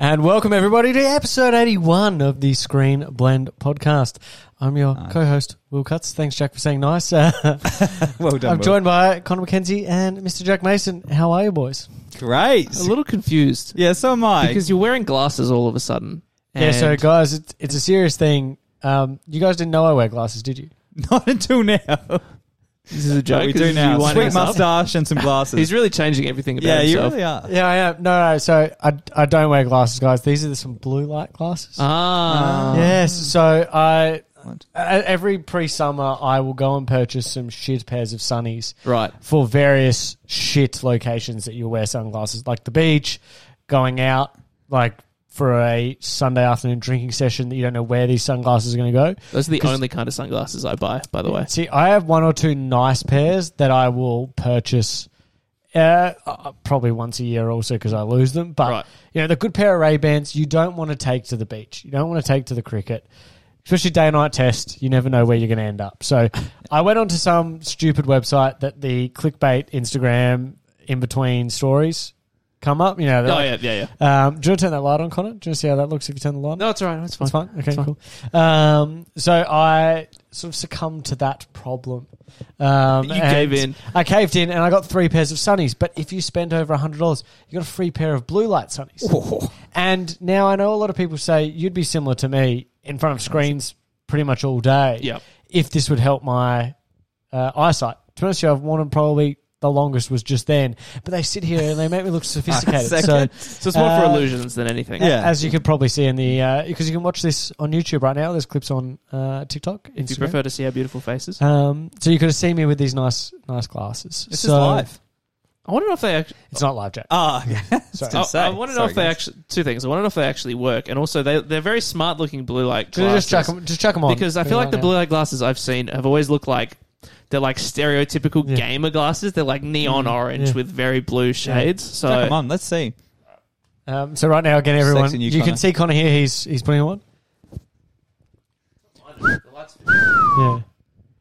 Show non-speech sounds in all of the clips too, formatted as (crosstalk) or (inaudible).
And welcome everybody to episode 81 of the Screen Blend podcast. I'm your co-host Will Cuts. Thanks Jack for saying nice. (laughs) Uh, (laughs) Well done. I'm Will. joined by Connor McKenzie and Mr. Jack Mason. How are you boys? Great. A little confused Yeah, so am I. because you're wearing glasses all of a sudden. yeah, so And- guys, it's, it's a serious thing. Um, you guys didn't know I wear glasses, did you? (laughs) Not until now. this is a But joke. we 'cause do you now. wind Sweet us up. mustache (laughs) and some He's glasses. really changing everything about yeah, you himself. really are. Yeah, I am. No, no. So I, I don't wear glasses, guys. These are some blue light glasses. Ah, Yes. So I What? e- every pre-summer I will go and purchase some shit pairs of sunnies right. for various shit locations that you'll wear sunglasses, like the beach, going out, like for a Sunday afternoon drinking session that you don't know where these sunglasses are going to go. Those are the only kind of sunglasses I buy, by the way. See, I have one or two nice pairs that I will purchase. Uh, uh, probably once a year also because I lose them. But Right. you know, the good pair of Ray Bans you don't want to take to the beach. You don't want to take to the cricket, especially day and night test. You never know where you're going to end up. (laughs) So I went onto some stupid website that the clickbait Instagram in between stories come up. You know, they're Oh like, yeah, yeah, yeah. um, do you want to turn that light on, Connor? Do you want to see how that looks if you turn the light on? No, it's all right. It's fine. It's fine. Okay, It's fine. cool. Um, so I sort of succumbed to that problem. Um, You and gave in. I caved in, and I got three pairs of sunnies. But if you spend over hundred dollars, you got a free pair of blue light sunnies. And now I know a lot of people say you'd be similar to me in front of screens pretty much all day. Yep. If this would help my uh, eyesight. To be honest, with you, I've worn them probably. The longest was just then, but they sit here and they make me (laughs) look sophisticated. so Second. So it's more for Uh, illusions than anything. Yeah. as you could probably see in the because you can watch this on YouTube right now. There's clips on uh, TikTok, If you Instagram. prefer to see our beautiful faces, um, so you could have seen me with these nice, nice glasses. This So- is life. I want to know if they actually. It's not live, Jack. Oh, Ah, (laughs) yeah. Sorry. Oh, I, Didn't say. want to know Sorry, if they guys. actually two things. I want to know if they actually work, and also they they're very smart looking blue light Should I glasses. just chuck them, just chuck 'em on because I feel like the blue light glasses I've seen have always looked like they're like stereotypical Yeah. Mm-hmm. gamer glasses. They're like neon orange yeah. with very blue shades. So Come on, let's see. Um, so right now, again, everyone, Sexy you, new can Connor. see Connor here. He's he's putting on. Yeah,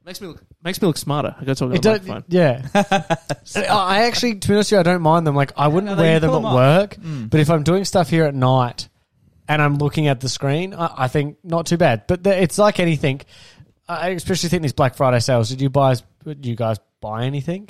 makes me look makes me look smarter. I got to talk it about the don't. microphone. Yeah, (laughs) I I actually, to be honest, with you, I don't mind them. Like I wouldn't no, they- wear you them pull Mm. at 'em off. work, but if I'm doing stuff here at night and I'm looking at the screen, I, I think not too bad. But the, it's like anything. I especially think these Black Friday sales. Did you buys? Did you guys buy anything?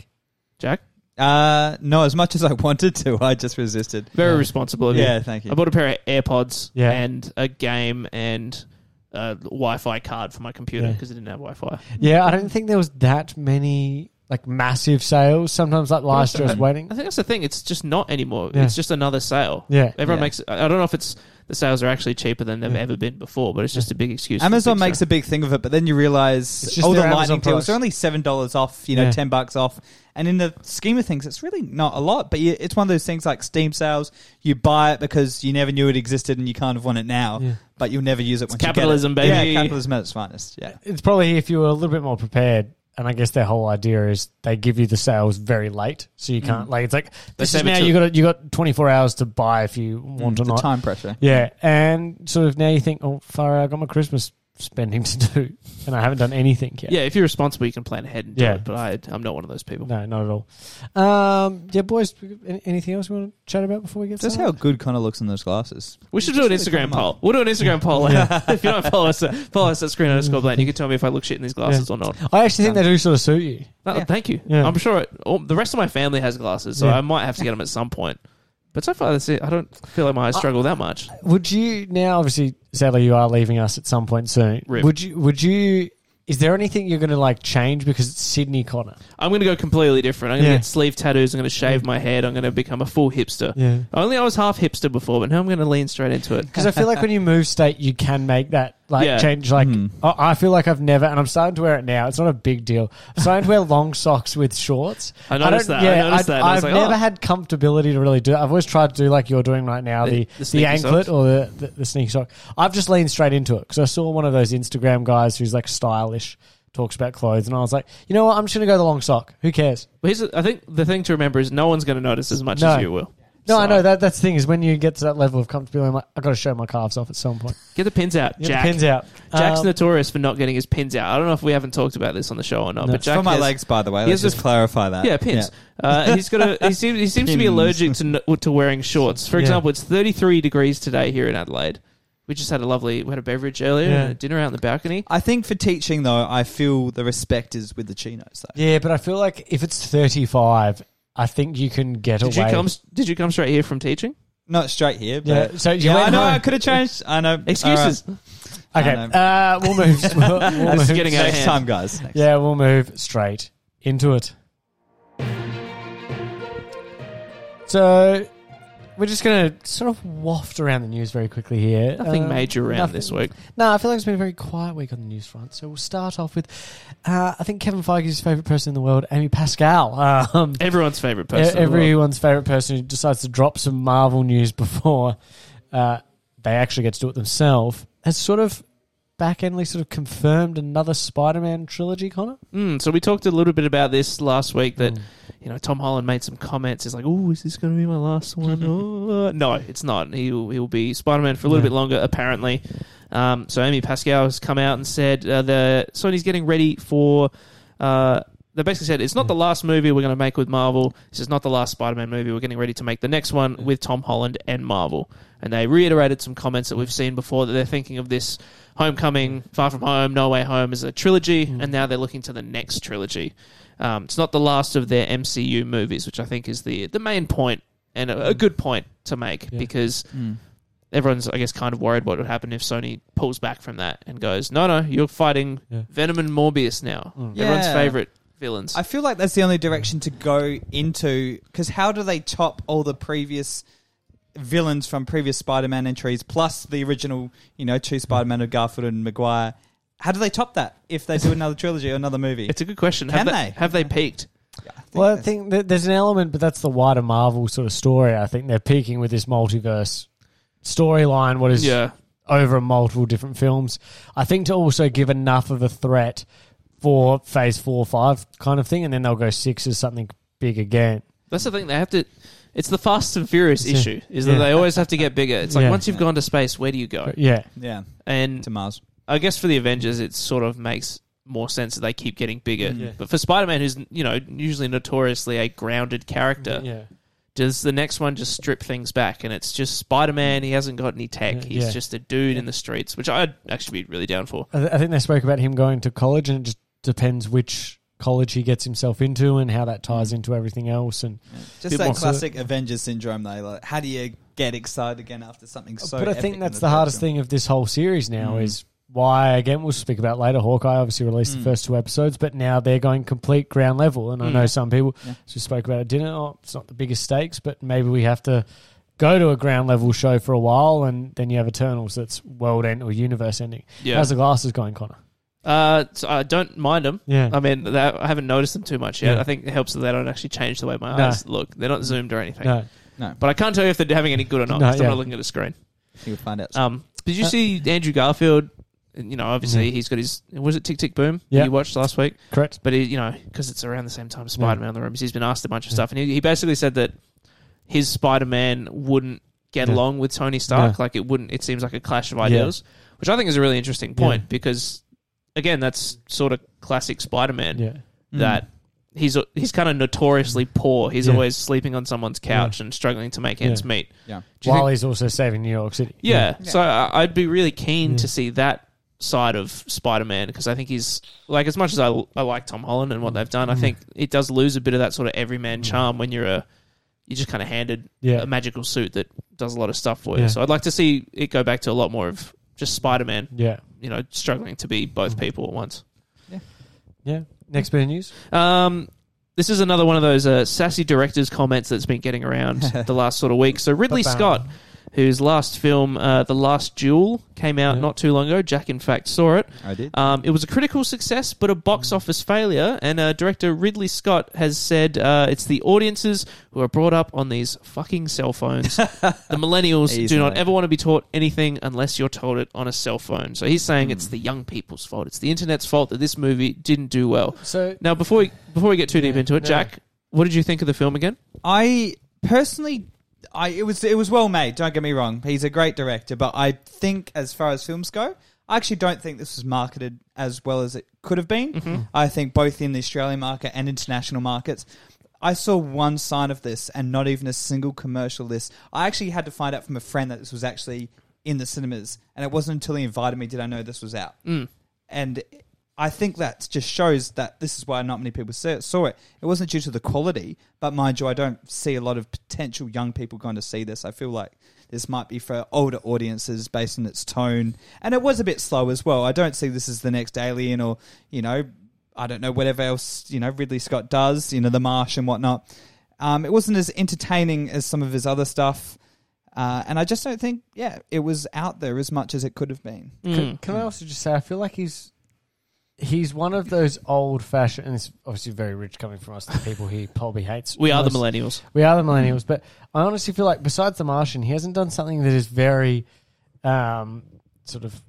Jack, Uh, no, as much as I wanted to, I just resisted. very responsible of you. Yeah, thank you. I bought a pair of AirPods Yeah. and a game and a Wi-Fi card for my computer Yeah. because it didn't have Wi-Fi. Mm. Yeah, I don't think there was that many like massive sales. Sometimes like last year I was waiting. I think that's the thing. It's just not anymore. Yeah. It's just another sale. Yeah. Everyone Yeah. makes. I I don't know if it's the sales are actually cheaper than they've ever been before, but it's just a big excuse. Amazon makes it. a big thing of it, but then you It's realize just all the their lightning Amazon price. deals are only seven dollars off, you know, Yeah. ten bucks off, and in the scheme of things, it's really not a lot. But you, it's one of those things like Steam sales. You buy it because you never knew it existed, and you kind of want it now, Yeah. but you'll never use it. once you get it. capitalism, baby. Yeah, capitalism at its finest. Yeah, It's probably if you were a little bit more prepared. And I guess their whole idea is they give you the sales very late, so you can't like it's like this is Mm. save it now to- Mm, you got you got twenty four hours to buy if you want the or not. time pressure. Yeah, and sort of now you think, oh, far out, I got my Christmas spending (laughs) to do, and I haven't done anything yet. Yeah, if you're responsible, you can plan ahead and do Yeah. it. But I, I'm not one of those people. No, not at all. Um, yeah, boys, an- anything else we want to chat about before we get That's started? how good Connor looks in those glasses. We should do an Just really Instagram come up. poll. We'll do an Instagram poll. (laughs) if you don't follow us, uh, follow us at screen underscore blank. You can tell me if I look shit in these glasses or not. I actually think they do sort of suit you. No, Yeah. Thank you. Yeah. I'm sure it, all, the rest of my family has glasses, so Yeah. I might have to get them at some point. But so far, that's it. I don't feel like my eyes struggle that much. Would you now? Obviously, sadly, you are leaving us at some point soon. Rip. Would you? Would you? Is there anything you're going to like change because it's Sydney Connor? I'm going to go completely different. I'm going to Yeah. get sleeve tattoos. I'm going to shave my head. I'm going to become a full hipster. Yeah. Only I was half hipster before, but now I'm going to lean straight into it. Because I feel like when you move state, you can make that like Yeah. Mm-hmm. change. Like I I feel like I've never, and I'm starting to wear it now. It's not a big deal. I'm starting to wear long socks with shorts. I noticed don't- that. I noticed that. I was I've like, never oh. had comfortability to really do. it. I've always tried to do like you're doing right now, The- the the the, sneaky anklet socks? or the, the the sneaky sock. I've just leaned straight into it because I saw one of those Instagram guys who's like stylish. Talks about clothes, and I was like, you know what? I'm just gonna go the long sock. Who cares? But here's, the- I think the thing to remember is no one's going to notice as much No. as you will. No, I So, know that. That's the thing is when you get to that level of comfortability, I'm like, I got to show my calves off at some point. Get the pins out, Yeah, Jack. pins out. Jack's Um, notorious for not getting his pins out. I don't know if we haven't talked about this on the show or No. not, but It's It's Jack for my has- legs, by the way. he Let's has a- just clarify that. Yeah, pins. Uh, he's got (laughs) a. He seems. He seems to be Pins. allergic to n- to wearing shorts. For Yeah. example, it's 33 degrees today here in Adelaide. We just had a lovely. We had a beverage earlier, Yeah. and a dinner out on the balcony. I think for teaching though, I feel the respect is with the chinos though. Yeah, but I feel like if it's 35, I think you can get Did away. you come? Did you come straight here from teaching? Not straight here, but yeah, so you yeah, went I know. home. I could have changed. (laughs) I know. Excuses. Okay, I uh, we'll move. (laughs) We'll, we'll This is move- getting All right. out of Next hand. time, guys. Next Yeah, we'll move straight into it. So we're just going to sort of waft around the news very quickly here. Nothing Uh, major around nothing- this week. No, I feel like it's been a very quiet week on the news front. So we'll start off with, uh, I think Kevin Feige's favorite person in the world, Amy Pascal. (laughs) Um, Everyone's favorite person. in the world. everyone's favorite person who decides to drop some Marvel news (laughs) before uh, they actually get to do it themselves has sort of back-endly sort of confirmed another Spider-Man trilogy, Connor. Mm, so we talked a little bit about this last week. That Mm. you know, Tom Holland made some comments. He's like, "Oh, is this going to be my last one?" Oh. no, it's not. He will, he will be Spider Man for a little Yeah. bit longer, apparently. Um, so Amy Pascal has come out and said uh, the Sony's getting ready for. Uh, they basically said it's not the last movie we're going to make with Marvel. This is not the last Spider Man movie. We're getting ready to make the next one with Tom Holland and Marvel. And they reiterated some comments that we've seen before that they're thinking of this Homecoming, Far From Home, No Way Home as a trilogy, and now they're looking to the next trilogy. Um, it's not the last of their MCU movies, which I think is the the main point and a, a good point to make Mm. Yeah. because time. Mm. everyone's, I guess, kind of worried what would happen if Sony pulls back from that and goes, "No, no, you're fighting Yeah. Venom and Morbius now, Mm. everyone's Yeah. favorite villains." I feel like that's the only direction to go into because how do they top all the previous villains from previous Spider-Man entries plus the original, you know, two Spider-Man of Garfield and Maguire? How do they top that if they do another trilogy or another movie? it's a good question. have Can they, they? have they peaked? Mm. Well, I think that there's an element, but that's the wider Marvel sort of story. I think they're peaking with this multiverse storyline. What is Yeah, over multiple different films. I think to also give enough of a threat for Phase Four, Five kind of thing, and then they'll go six as something big again. that's the thing. They have to. It's the Fast and Furious It's a- issue. Is that yeah. they always have to get bigger. It's like Yeah. once you've gone to space, where do you go? But yeah, yeah, And to Mars. I guess for the Avengers, it sort of makes more sense that they keep getting bigger. Mm. Yeah. But for Spider Man, who's you know usually notoriously a grounded character, yeah. does the next one just strip things back and it's just Spider Man? He hasn't got any tech. Yeah. He's Yeah. just a dude in the streets, which I'd actually be really down for. I, th- I think they spoke about him going to college, and it just depends which college he gets himself into and how that ties Mm. into everything else. And Just Bit that more- classic Avengers syndrome, though. Like, how do you get excited again after something so? but I epic think in that's the, third hardest film? thing of this whole series now Mm. is why again we'll speak about later. Hawkeye obviously released the Mm. first two episodes, but now they're going complete ground level. And I Mm. know some people Yeah. as we spoke about at dinner, oh, it's not the biggest stakes, but maybe we have to go to a ground level show for a while, and then you have Eternals that's world end or universe ending. Yeah, How's the glasses going, Connor? uh, so I don't mind them. Yeah, I mean, that, I haven't noticed them too much yet. Yeah. I think it helps that they don't actually change the way my No. eyes look. They're not zoomed or anything. no, But I can't tell you if they're having any good or not. No, 'cause I'm yeah. not looking at a screen. You'll find out. Um, did you Uh, see Andrew Garfield? You know, obviously Yeah. he's got his was it Tick Tick Boom Yeah. you watched last week, correct. but he, you know because it's around the same time Spider Man on the rooms, he's been asked a bunch of stuff, and he, he basically said that his Spider Man wouldn't get Yeah. along with Tony Stark, Yeah. like it wouldn't. It seems like a clash of ideas, which I think is a really interesting point Yeah. because again, that's sort of classic Spider Man Yeah, Mm. that. He's, he's kind of notoriously poor. He's Yeah. always sleeping on someone's couch and struggling to make ends Yeah. meet. Yeah. Do you think- while he's also saving New York City. yeah. Yeah. So I, I'd be really keen Yeah. to see that side of Spider-Man because I think he's like as much as I, I like Tom Holland and what they've done, I Mm. think it does lose a bit of that sort of everyman Mm. charm when you're a you're just kind of handed yeah, a magical suit that does a lot of stuff for you. Yeah. So I'd like to see it go back to a lot more of just Spider-Man, yeah, you know, struggling to be both Mm. people at once. yeah. Next bit of news. Um, this is another one of those uh, sassy directors' comments that's been (laughs) getting around the last sort of week. So Ridley Ba-bam. Scott, whose last film, uh, The Last Duel, came out Yeah. not too long ago. Jack, in fact, saw it. I did. Um, it was a critical success, but a box office failure. And uh, director Ridley Scott has said uh, it's the audiences who are brought up on these fucking cell phones. (laughs) the millennials do not Easily. ever want to be taught anything unless you're told it on a cell phone. So he's saying it's the young people's fault. It's the internet's fault that this movie didn't do well. So Now, before we before we get too deep Yeah, into it, no. Jack, what did you think of the film again? I personally I it was it was well made. Don't get me wrong; he's a great director, but I think as far as films go, I actually don't think this was marketed as well as it could have been. I think both in the Australian market and international markets. I saw one sign of this and not even a single commercial list. I actually had to find out from a friend that this was actually in the cinemas, and it wasn't until he invited me did I know this was out. And I think that just shows that this is why not many people sa- saw it. It wasn't due to the quality, but mind you, I don't see a lot of potential young people going to see this. I feel like this might be for older audiences based on its tone, and it was a bit slow as well. I don't see this as the next Alien or you know, I don't know whatever else you know Ridley Scott does, you know, The Marsh and whatnot. Um, it wasn't as entertaining as some of his other stuff. Uh, and I just don't think, yeah, it was out there as much as it could have been. Hmm. Can, can I also just say, I feel like he's he's one of those old fashioned, and it's obviously very rich coming from us, the people (laughs) he probably hates. We are the most. millennials. We are the millennials, but I honestly feel like besides The Martian, he hasn't done something that is very um, sort of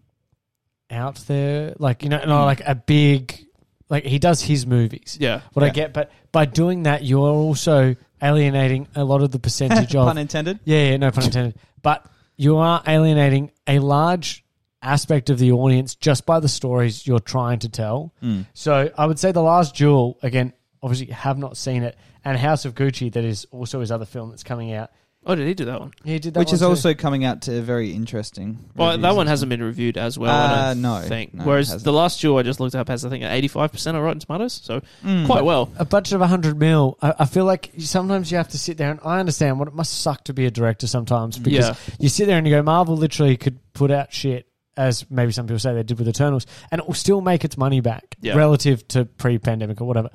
out there, like you know, no, like a big, like he does his movies. Yeah. What I Yeah. get, but by doing that, you are also alienating a lot of the (laughs) percentage of Pun intended. yeah, yeah, no pun intended. But you are alienating a large aspect of the audience just by the stories you're trying to tell. So I would say The Last Duel, again, obviously have not seen it, and House of Gucci, that is also his other film that's coming out. Oh, did he do that one? Yeah, he did that Which one is too. also coming out to very interesting. Well, reviews. that one hasn't been reviewed as well. I Uh, don't no, think. no, it Whereas hasn't. the last duel I just looked up has I think an eighty-five percent on Rotten Tomatoes, so Mm. quite well. a budget of 100 mil I, I feel like you- sometimes you have to sit there and i understand what it must suck to be a director sometimes because Yeah. you sit there and you go marvel literally could put out shit as maybe some people say they did with eternals and it will still make its money back Yeah. relative to pre-pandemic or whatever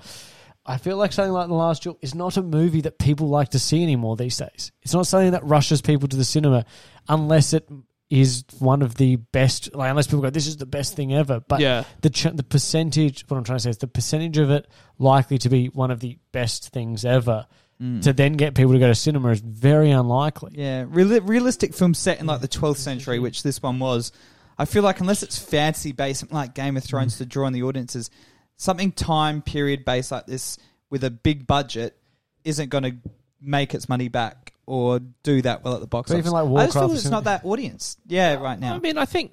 i feel like something like the last duel is not a movie that people like to see anymore these days it's not something that rushes people to the cinema unless it is one of the best like unless people go this is the best thing ever but yeah, the ch- the percentage what I'm trying to say is the percentage of it likely to be one of the best things ever Mm. to then get people to go to cinema is very unlikely. Yeah, real- realistic film set in like the 12th century, which this one was. I feel like unless it's fancy based, something like Game of Mm. Thrones to draw on the audiences, something time period based like this with a big budget isn't going to make its money back or do that well at the box But office. even like I just feel Warcraft it's not that audience. Yeah, right I now mean, I think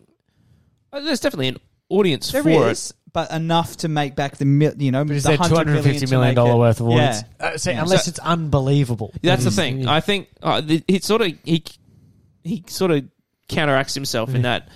uh, there's definitely an audience there is, for it. but enough to make back the mil- you know But is the there two 100 hundred and fifty million to make dollar it. worth of Yeah. audience? Uh, say, Yeah. Unless So- it's unbelievable. That's the Mm. thing. Yeah. I think uh, the, he sort of he he sort of counteracts himself in that.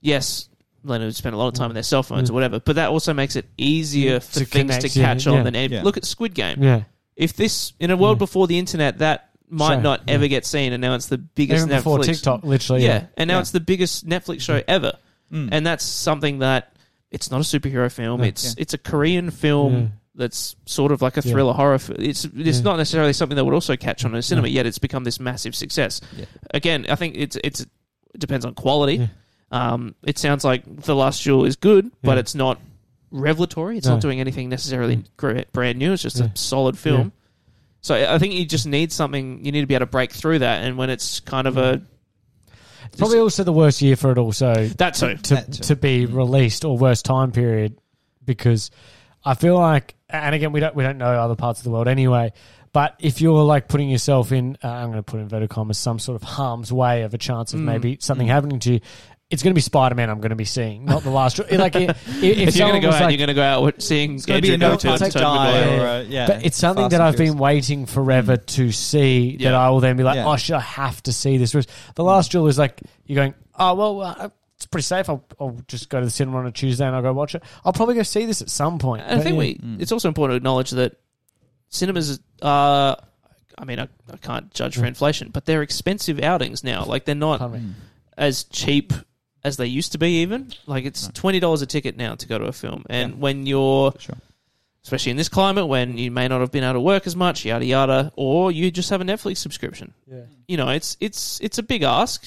Yes, Leonard spent a lot of time on their cell phones or whatever, but that also makes it easier for Mm. To things connect, to yeah, catch on yeah. than any. Yeah. Look at Squid Game. yeah. If this in a world Yeah. before the internet, that might Sure, not yeah. ever get seen, and now it's the biggest Even before Netflix TikTok, literally. yeah. Yeah. and now Yeah. it's the biggest Netflix show ever, Mm. and that's something that it's not a superhero film. Hmm. No. It's Yeah. it's a Korean film Yeah. that's sort of like a Yeah. thriller horror. F- it's it's Yeah. not necessarily something that would also catch on in a cinema, yet it's become this massive success. Yeah. Again, I think it's it's it depends on quality. Yeah. Um, it sounds like The Last Duel is good, but Yeah. it's not revelatory. It's No. not doing anything necessarily Mm. gra- brand new. It's just Yeah. a solid film. So I I think you just need something. You need to be able to break through that, and when it's kind of a It's Probably also the worst year for it. Also, that too. to That too. to be released or worst time period because I feel like and again we don't we don't know other parts of the world anyway. But if you're like putting yourself in, uh, I'm going to put inverted commas, some sort of harm's way of a chance of Mm. maybe something happening to you, it's going to be Spider Man. I'm going to be seeing, not the last. (laughs) like i- i- if, if, you're someone going to go was out, like- you're going to go out with- seeing It's going to be a no Andrew time Garfield to Tom die. Maguire. Or, uh, yeah, But it's something Fast that and I've Furious. Mm. been waiting forever to see that Yeah. I will then be like, Yeah. oh shit, I have to see this. Whereas the last duel is like you're going, oh well, uh, it's pretty safe. I'll, I'll just go to the cinema on a Tuesday and I'll go watch it. I'll probably go see this at some point. I But, think yeah. we. Mm. It's also important to acknowledge that cinemas are. I mean, I, I can't judge for inflation, but they're expensive outings now. Like they're not Mm. Pardon me. as cheap as they used to be. Even like it's No. twenty dollars a ticket now to go to a film, and Yeah. when you're Sure. Especially in this climate, when you may not have been able to work as much, yada yada, or you just have a Netflix subscription. Yeah. You know, it's it's it's a big ask,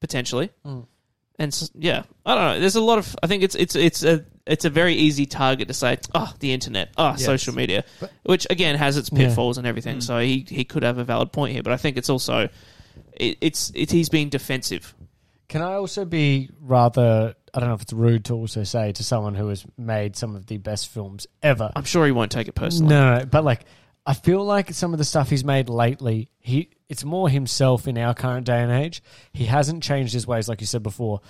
potentially. Mm. And s yeah, I don't know. There's a lot of. I think it's it's it's a it's a very easy target to say. Oh, the internet. Oh, Yes. social media, But- which again has its Yeah. pitfalls and everything. Mm. So he he could have a valid point here, but I think it's also it, it's it, he's being defensive. Can I also be rather? I don't know if it's rude to also say to someone who has made some of the best films ever. I'm sure he won't take it personally. No, no, but like I feel like some of the stuff he's made lately, he it's more himself in our current day and age. He hasn't changed his ways, like you said before,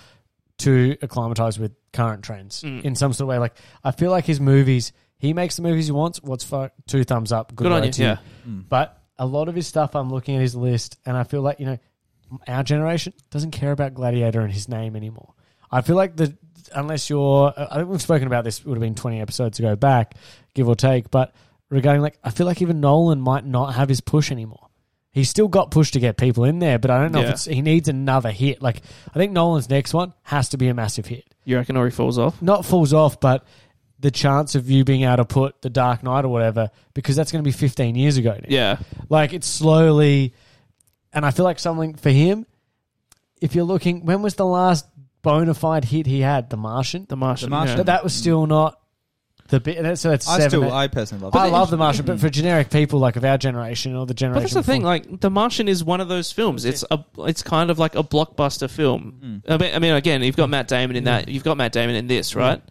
to acclimatize with current trends Mm. in some sort of way. Like I feel like his movies, he makes the movies he wants. What's fuck? Two thumbs up. Good, Good on road you, to you. yeah. Mm. But a lot of his stuff, I'm looking at his list, and I feel like you know, our generation doesn't care about Gladiator and his name anymore. I feel like the unless you're, I think we've spoken about this. It would have been 20 episodes ago back, give or take. But regarding like, I feel like even Nolan might not have his push anymore. He's still got push to get people in there, but I don't know Yeah. if it's he needs another hit. Like I think Nolan's next one has to be a massive hit You reckon Ori falls off? not falls off, but the chance of you being able to put the Dark Knight or whatever, because that's going to be 15 years ago. Now. Yeah. Like it's slowly, and I feel like something for him. If you're looking, when was the last bona fide hit he had? The Martian. The Martian. The Martian. yeah. But that was still not the bit. and that's- So that's I seven. still, I, I personally love. it. love the Martian, (clears throat) but for generic people like of our generation or the generation, But that's the before- thing. Like, The Martian is one of those films. It's a, it's kind of like a blockbuster Mm. film. I, mean, I mean, again, you've got Matt Damon in that. You've got Matt Damon in this, right?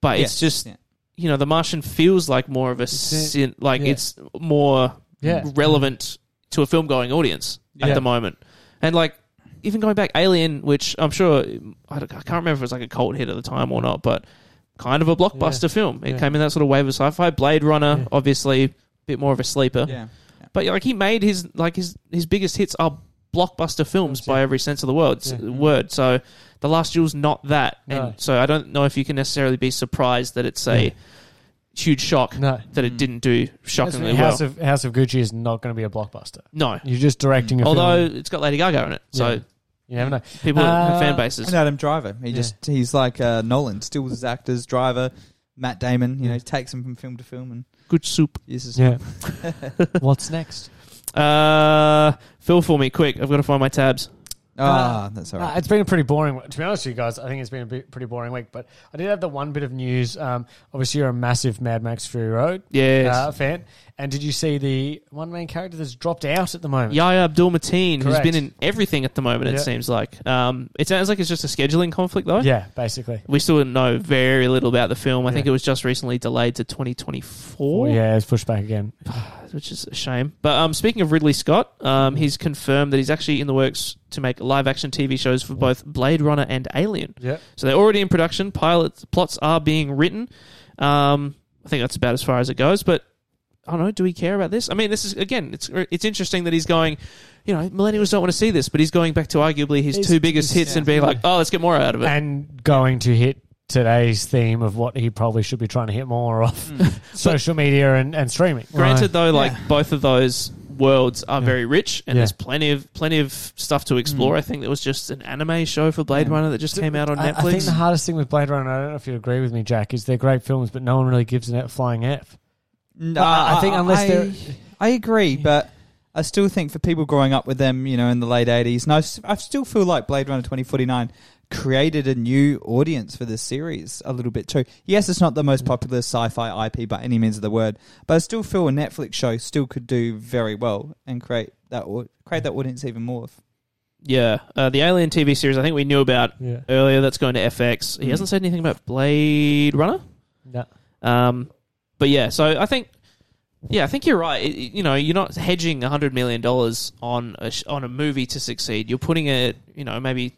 But it's Yeah. just Yeah. you know, The Martian feels like more of a It's sin, like Yeah. it's more Yeah. relevant to a film going audience at Yeah. the moment, and like. Even going back, Alien, which I'm sure I don't- I can't remember if it was like a cult hit at the time or not, but kind of a blockbuster film. It Yeah. came in that sort of wave of sci-fi. Blade Runner, Yeah. obviously, a bit more of a sleeper. Yeah. But like he made his like his his biggest hits are blockbuster films Films, by yeah. every sense of the word. Yeah. Word. So the Last Duel's not that, No. and so I don't know if you can necessarily be surprised that it's a Yeah. huge shock No, that it didn't do shockingly House well. of House of Gucci is not going to be a blockbuster. no, You're just directing a although film. it's got Lady Gaga in it, so Yeah. you never know. people Uh, have fan bases. And Adam Driver, he Yeah. just he's like uh, Nolan, still his actors, Driver, Matt Damon. You know, takes him from film to film and Good soup. uses. Yeah. What's next? Uh, fill for me quick. I've got to find my tabs. Ah, that's all Uh, right. it's been a pretty boring. To be honest with you guys, I think it's been a bit, pretty boring week. But I did have the one bit of news. Um, obviously, you're a massive Mad Max Fury Road Yes. uh, fan, and did you see the one main character that's dropped out at the moment? Yaya Abdul Mateen, who's Correct. been in everything at the moment, it Yeah. seems like. Um, it sounds like it's just a scheduling conflict, though. yeah, basically. We still know very little about the film. I think Yeah. Oh, it was just recently delayed to 2024, yeah, it's pushed back again. which is a shame. But um, speaking of Ridley Scott, um, he's confirmed that he's actually in the works to make live action TV shows for both Blade Runner and Alien. Yeah, So they're already in production. Pilots plots are being written. Um, I think that's about as far as it goes. But I don't know. Do we care about this? I mean, this is again. It's it's interesting that he's going. You know, millennials don't want to see this, but he's going back to arguably his He's- two biggest he's- hits and being like, "Oh, let's get more out of it." and going to hit today's theme of what he probably should be trying to hit more of (laughs) social media and, and streaming. Hmm. Granted, though, like Yeah. both of those worlds are Yeah. very rich, Yeah. and Mm. there's plenty of plenty of stuff to explore. I think there was just an anime show for Blade Yeah. Runner that just came out on I, I think Netflix. the hardest thing with Blade Runner, I don't know if you agree with me, Jack, is they're great films, but no one really gives a flying F. No, Uh, I- I think unless I- they're- I agree, but I still think for people growing up with them, you know, in the late eighties, no, I still feel like Blade Runner twenty forty nine created a new audience for this series a little bit too. Yes, it's not the Mm. most popular sci-fi IP by any means of the word, but I still feel a Netflix show still could do very well and create that au- create that audience even more. If, yeah, uh, the Alien TV series. I think we knew about Yeah. earlier. That's going to FX. Mm-hmm. He Mm. hasn't said anything about Blade Runner. No. Um, but yeah, so I think, yeah, I think you're right. It- it- you know, you're not hedging hundred million dollars on a sh- on a movie to succeed. You're putting a, you know, maybe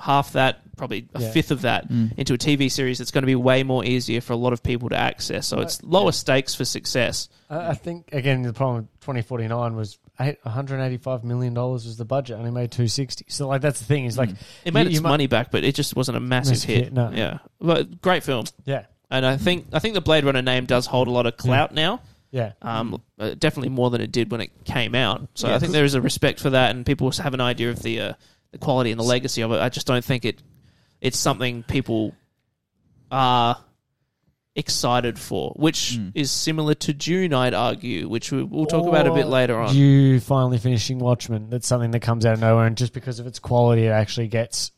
half that, probably a Yeah. fifth of that, into a TV series that's going to be way more easier for a lot of people to access. So it's lower stakes for success. I I think again the problem with 2049 was eight- 185 million dollars was the budget, and he made 260. So like that's the thing is like It made You- its you mu- money back, but it just wasn't a massive Massive hit. hit, no. Yeah, but great film, yeah, and I think I think the Blade Runner name does hold a lot of clout now. yeah, um, uh, definitely more than it did when it came out. So Yeah. I think there is a respect for that, and people have an idea of the uh, the quality and the legacy of it. I just don't think it it's something people are excited for, which Mm. is similar to June, I'd argue, which we, we'll talk about a bit Or later on. You finally finishing Watchmen. That's something that comes out of nowhere, and just because of its quality, it actually gets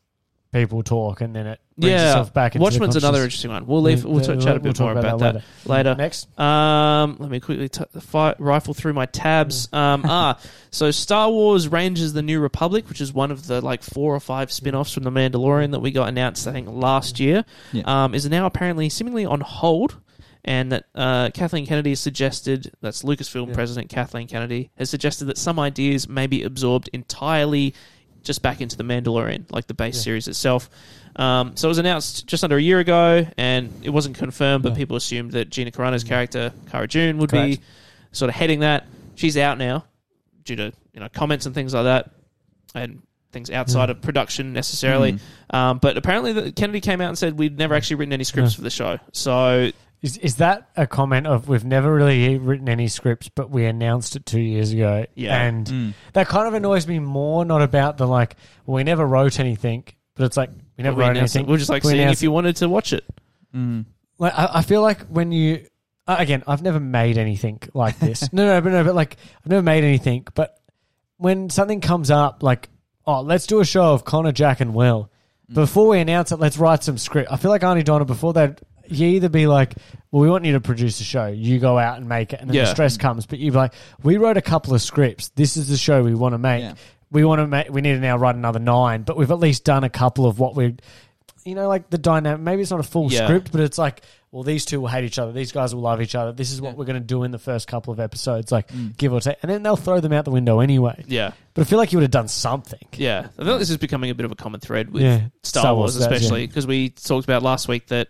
people talk, and then it brings yeah, itself back. Into the Watchmen's another conscious- interesting one. We'll leave. We'll, t- chat a bit we'll more talk about, that later. Next, Um, let me quickly t- fi- rifle through my tabs. Um, ah, so Star Wars Rangers: The New Republic, which is one of the like four or five spin-offs from The Mandalorian that we got announced, I think, last year, Yeah. um, is now apparently seemingly on hold. and that uh, Kathleen Kennedy has suggested that's Lucasfilm Yeah. president Kathleen Kennedy has suggested that some ideas may be absorbed entirely just back into the Mandalorian, like the base Yeah. series itself. Um, so it was announced just under a year ago, and it wasn't confirmed, but No. people assumed that Gina Carano's character Cara June would Correct. be sort of heading that. She's out now due to you know comments and things like that, and things outside of production necessarily. Um, but apparently, the, Kennedy came out and said we'd never actually written any scripts Hmm. Yeah. for the show. So Is, is that a comment of we've never really written any scripts, but we announced it two years ago? Yeah. Mm. And that kind of annoys me more, not about the like, well, we never wrote anything, but it's like, we never we wrote announced it. anything. We're just like We seeing announced if you wanted to watch it. Mm. Like, I, I feel like when you, uh, again, I've never made anything (laughs) like this. no, no, but no, but like, I've never made anything. But when something comes up, like, oh, let's do a show of Connor, Jack, and Will. Mm. Before we announce it, let's write some script. I feel like Arnie Donna, before that, you either be like, well, we want you to produce a show. You go out and make it, and then Yeah. the stress comes. But you'd be like, we wrote a couple of scripts. This is the show we want to make. Yeah. We want to make. We need to now write another nine, but we've at least done a couple of what we, you know, like the dynamic. Maybe it's not a full Yeah. script, but it's like, well, these two will hate each other. These guys will love each other. This is what Yeah. we're going to do in the first couple of episodes, like give or take, and then they'll throw them out the window anyway. Mm. Yeah, But I feel like you would have done something. yeah. I think this is becoming a bit of a common thread with Yeah. Star, Star Wars, Wars, that's- especially because we talked about last week that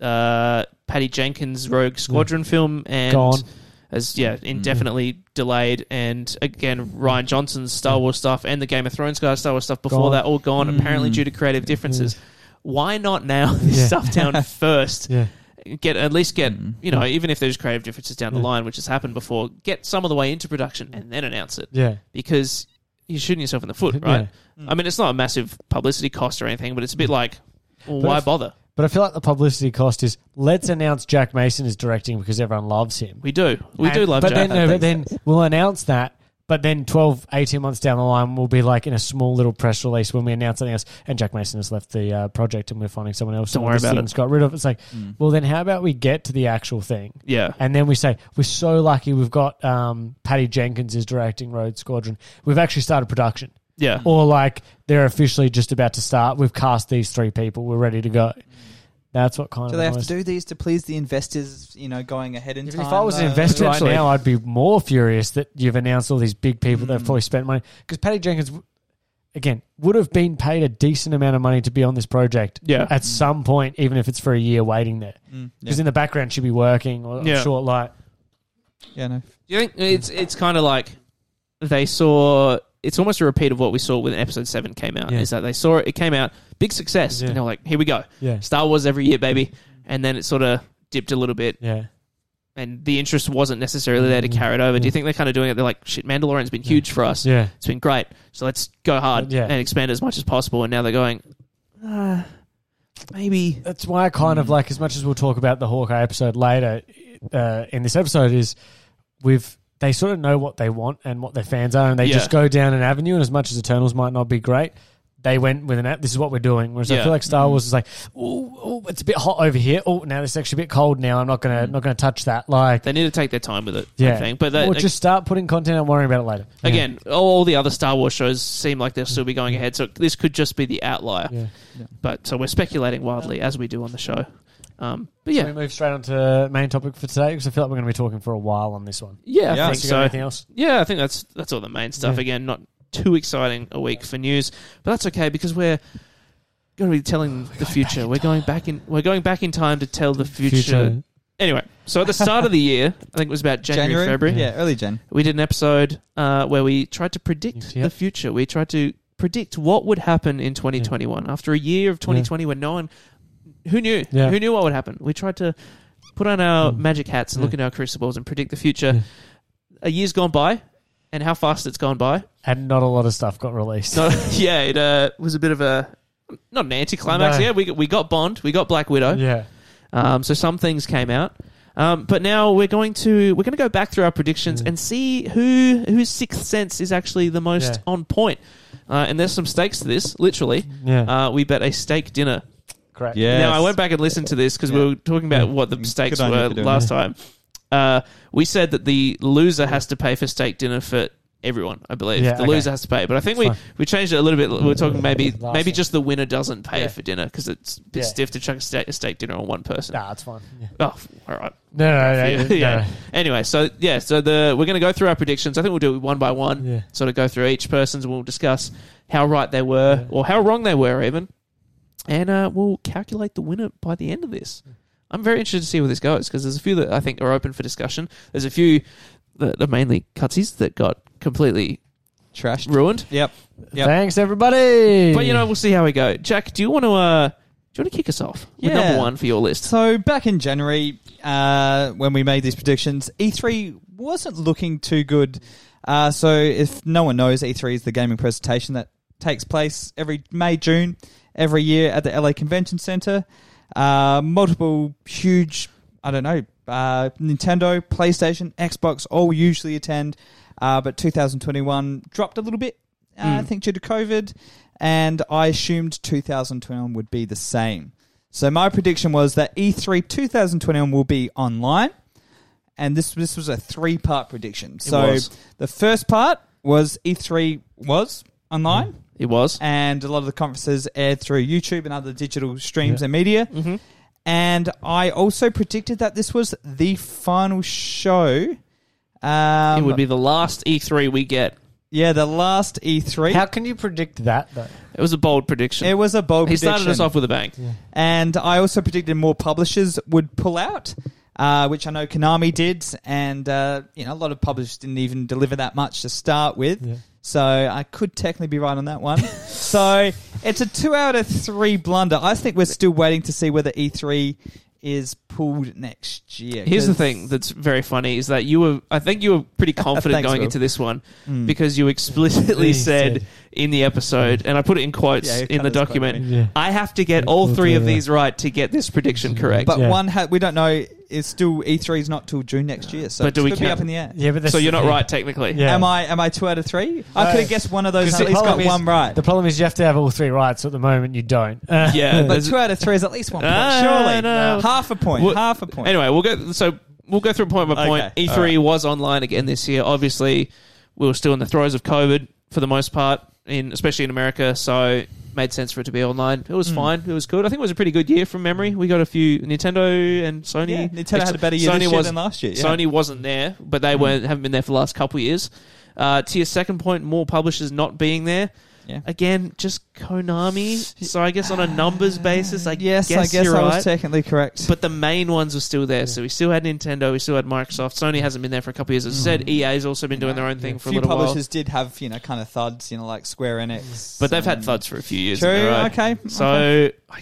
uh, Patty Jenkins' Rogue Squadron film and Gone. Mm-hmm. has yeah indefinitely delayed, and again Ryan Johnson's Star Wars stuff and the Game of Thrones guy Star Wars stuff before Gone. that all gone, apparently Mm. due to creative differences. Why not now (laughs) this Yeah. (laughs) stuff down first? Yeah. Mm-hmm. Get at least get Mm. you know even if there's creative differences down the Yeah. line, which has happened before, get some of the way into production and then announce it Yeah. because you're shooting yourself in the (laughs) foot, Yeah. right? I mean, it's not a massive publicity cost or anything, but it's a bit like, well, But why if- bother? But I feel like the publicity cost is let's announce Jack Mason is directing because everyone loves him. We do, we And- do love but Then, Jack. no, but then we'll announce that. But then 12, 18 months down the line, we'll be like in a small little press release when we announce something else. And Jack Mason has left the uh, project and we're finding someone else. Don't and worry this about thing's got rid of. It's like, mm. well, then how about we get to the actual thing? yeah, And then we say, we're so lucky we've got um, Patty Jenkins is directing Road Squadron. We've actually started production. yeah, Mm. Or like they're officially just about to start. We've cast these three people. We're ready to go. That's what kind Do of they have annoys to do these to please the investors? You know, going ahead in If, time. Uh, if I was an though? investor right Exactly. now, I'd be more furious that you've announced all these big people that Mm. have probably spent money. Because Paddy Jenkins, w- again, would have been paid a decent amount of money to be on this project yeah, at some point, even if it's for a year waiting there. Mm, yeah. Because in the background, she'd be working or Yeah. short light. yeah, no. Do you think it's it's kind of like they saw? It's almost a repeat of what we saw when Episode Seven came out. Yeah. Is that they saw it? It came out big success, Yeah. and they're like, here we go, Yeah. Star Wars every year, baby. And then it sort of dipped a little bit, Yeah. and the interest wasn't necessarily there to carry it over. Do you think they're kind of doing it? They're like, shit, Mandalorian's been huge for us. Mm-hmm. Yeah. It's been great. So let's go hard Yeah. and expand as much as possible. And now they're going, uh, maybe. That's why I kind Mm. of like, as much as we'll talk about the Hawkeye episode later uh, in this episode, is we've. They sort of know what they want and what their fans are, and they Yeah. just go down an avenue. And as much as Eternals might not be great, they went with an app. This is what we're doing. Whereas I Yeah. Mm-hmm. feel like Star Wars is like, oh, it's a bit hot over here. Oh, now this is actually a bit cold. Now I'm not gonna not gonna touch that. Like, They need to take their time with it. yeah, Mm. I think. But that, or just start putting content and worrying about it later. Yeah. again, all the other Star Wars shows seem like they'll still be going ahead. So this could just be the outlier. Yeah. But so we're speculating wildly as we do on the show. Um, but Shall we yeah, move straight on to main topic for today because I feel like we're going to be talking for a while on this one. yeah, Yeah. I Thanks. think You got so. anything else? Yeah, I think that's that's all the main stuff. Yeah. Again, not too exciting a week for news, but that's okay because we're going to be telling the future. We're going back in. We're going back in time to tell the future. Anyway, so at the start of the year, I think it was about January, February, Yeah, early Jan. we did an episode uh, where we tried to predict Yep. the future. We tried to predict what would happen in 2021 after a year of 2020 when no one who knew Yeah. who knew what would happen. We tried to put on our Mm. magic hats and look Yeah. in our crucibles and predict the future. Yeah. A year's gone by. And how fast it's (laughs) gone by. and not a lot of stuff got released. So, (laughs) yeah, it uh, was a bit of a not an anticlimax. No. Yeah, we we got Bond, we got Black (laughs) Widow. Yeah. Um, so some things came out, um, but now we're going to we're going to go back through our predictions Yeah. and see who whose sixth sense is actually the most Yeah. on point. Uh, and there's some stakes to this. Literally, Yeah. uh, we bet a steak dinner. Correct. Yeah. Now I went back and listened to this because we Yeah. were talking about Yeah. what the Good stakes on you were for doing last that. time. Uh, we said that the loser has to pay for steak dinner for everyone, I believe. Yeah, the okay. loser has to pay. But I think That's we, we changed it a little bit. We We're talking maybe Last maybe one. just the winner doesn't pay Yeah. for dinner because it's a bit Yeah. stiff to chuck a steak, a steak dinner on one person. Nah, it's fine. Yeah. Oh, f- all right. No, no, no, no, yeah. no. Anyway, so yeah, so the we're going to go through our predictions. I think we'll do it one by one. Yeah. Sort of go through each person's. and We'll discuss how right they were Yeah. or how wrong they were, even, and uh, we'll calculate the winner by the end of this. I'm very interested to see where this goes because there's a few that I think are open for discussion. There's a few that are mainly cutsies that got completely Trashed. ruined, Yep. Yep. Thanks, everybody. but you know we'll see how we go. Jack, do you want to uh, do you want to kick us off with Yeah. number one for your list? So back in January, uh, when we made these predictions, E3 wasn't looking too good. Uh, so if no one knows, E3 is the gaming presentation that takes place every May June every year at the LA Convention Center. Uh, multiple huge, I don't know, uh, Nintendo, PlayStation, Xbox all usually attend, uh, but 2021 dropped a little bit. Uh, I Mm. think due to COVID, and I assumed 2021 would be the same. So my prediction was that E E3 2021 will be online, and this this was a three part prediction. So was. the first part was E3 was online, It was. and a lot of the conferences aired through YouTube and other digital streams and media. Mm-hmm. And I also predicted that this was the final show. Um, it would be the last E3 we get. yeah the last E3. How can you predict that though? It was a bold prediction. it was a bold. he prediction. started us off with a bang. And I also predicted more publishers would pull out, uh, which I know Konami did, and uh, you know a lot of publishers didn't even deliver that much to start with. Yeah. So I could technically be right on that one. so it's a two out of three blunder. I think we're still waiting to see whether E3 is pulled next year. Here's the 'cause- thing that's very funny is that you were, I think you were pretty (laughs) confident Thanks, going Will. into this one Mm. because you (laughs) explicitly Yeah, said said. in the episode, and I put it in quotes Yeah, you in the cut this quote, document, mate. Yeah. I have to get all All three three, of yeah. these right to get this (laughs) prediction correct. but Yeah. one ha- we don't know is still E3 is not till June next year, so But do it's we gonna be count- up in the air. Yeah, but that's so you're not (laughs) the thing. right technically. Yeah. Am I? Am I two out of three? I No. could have guessed one of those. Because and At the least got problem is- one right. The problem is you have to have all three rights. At the moment, you don't. Uh, Yeah, But there's- two out of three is at least one point. Ah, surely, no. half a point. Well, half a point. Anyway, we'll go. So we'll go through point by Okay, point. E3 all right. was online again this year. Obviously, we were still in the throes of COVID for the most part, in especially in America. So made sense for it to be online. It Hmm. was fine. It was good. I think it was a pretty good year from memory. We got a few Nintendo and Sony. yeah, Nintendo had a better year Sony this year was- than last year. Yeah. Hmm. Sony wasn't there, but they weren't haven't been there for the last couple of years. Uh, to your second point, more publishers not being there. Yeah. Again, just Konami. So I guess on a numbers basis, I yes, guess I guess you're I was right. technically correct. But the main ones were still there. So we still had Nintendo, we still had Microsoft. Sony hasn't been there for a couple of years. As I said, EA's also been doing their own thing a for a Mm-hmm. few little publishers while. did have you know kind of thuds, you know, like Square Enix. But they've had and- thuds for a few years. in Mm. True. a row. Okay. So okay. I,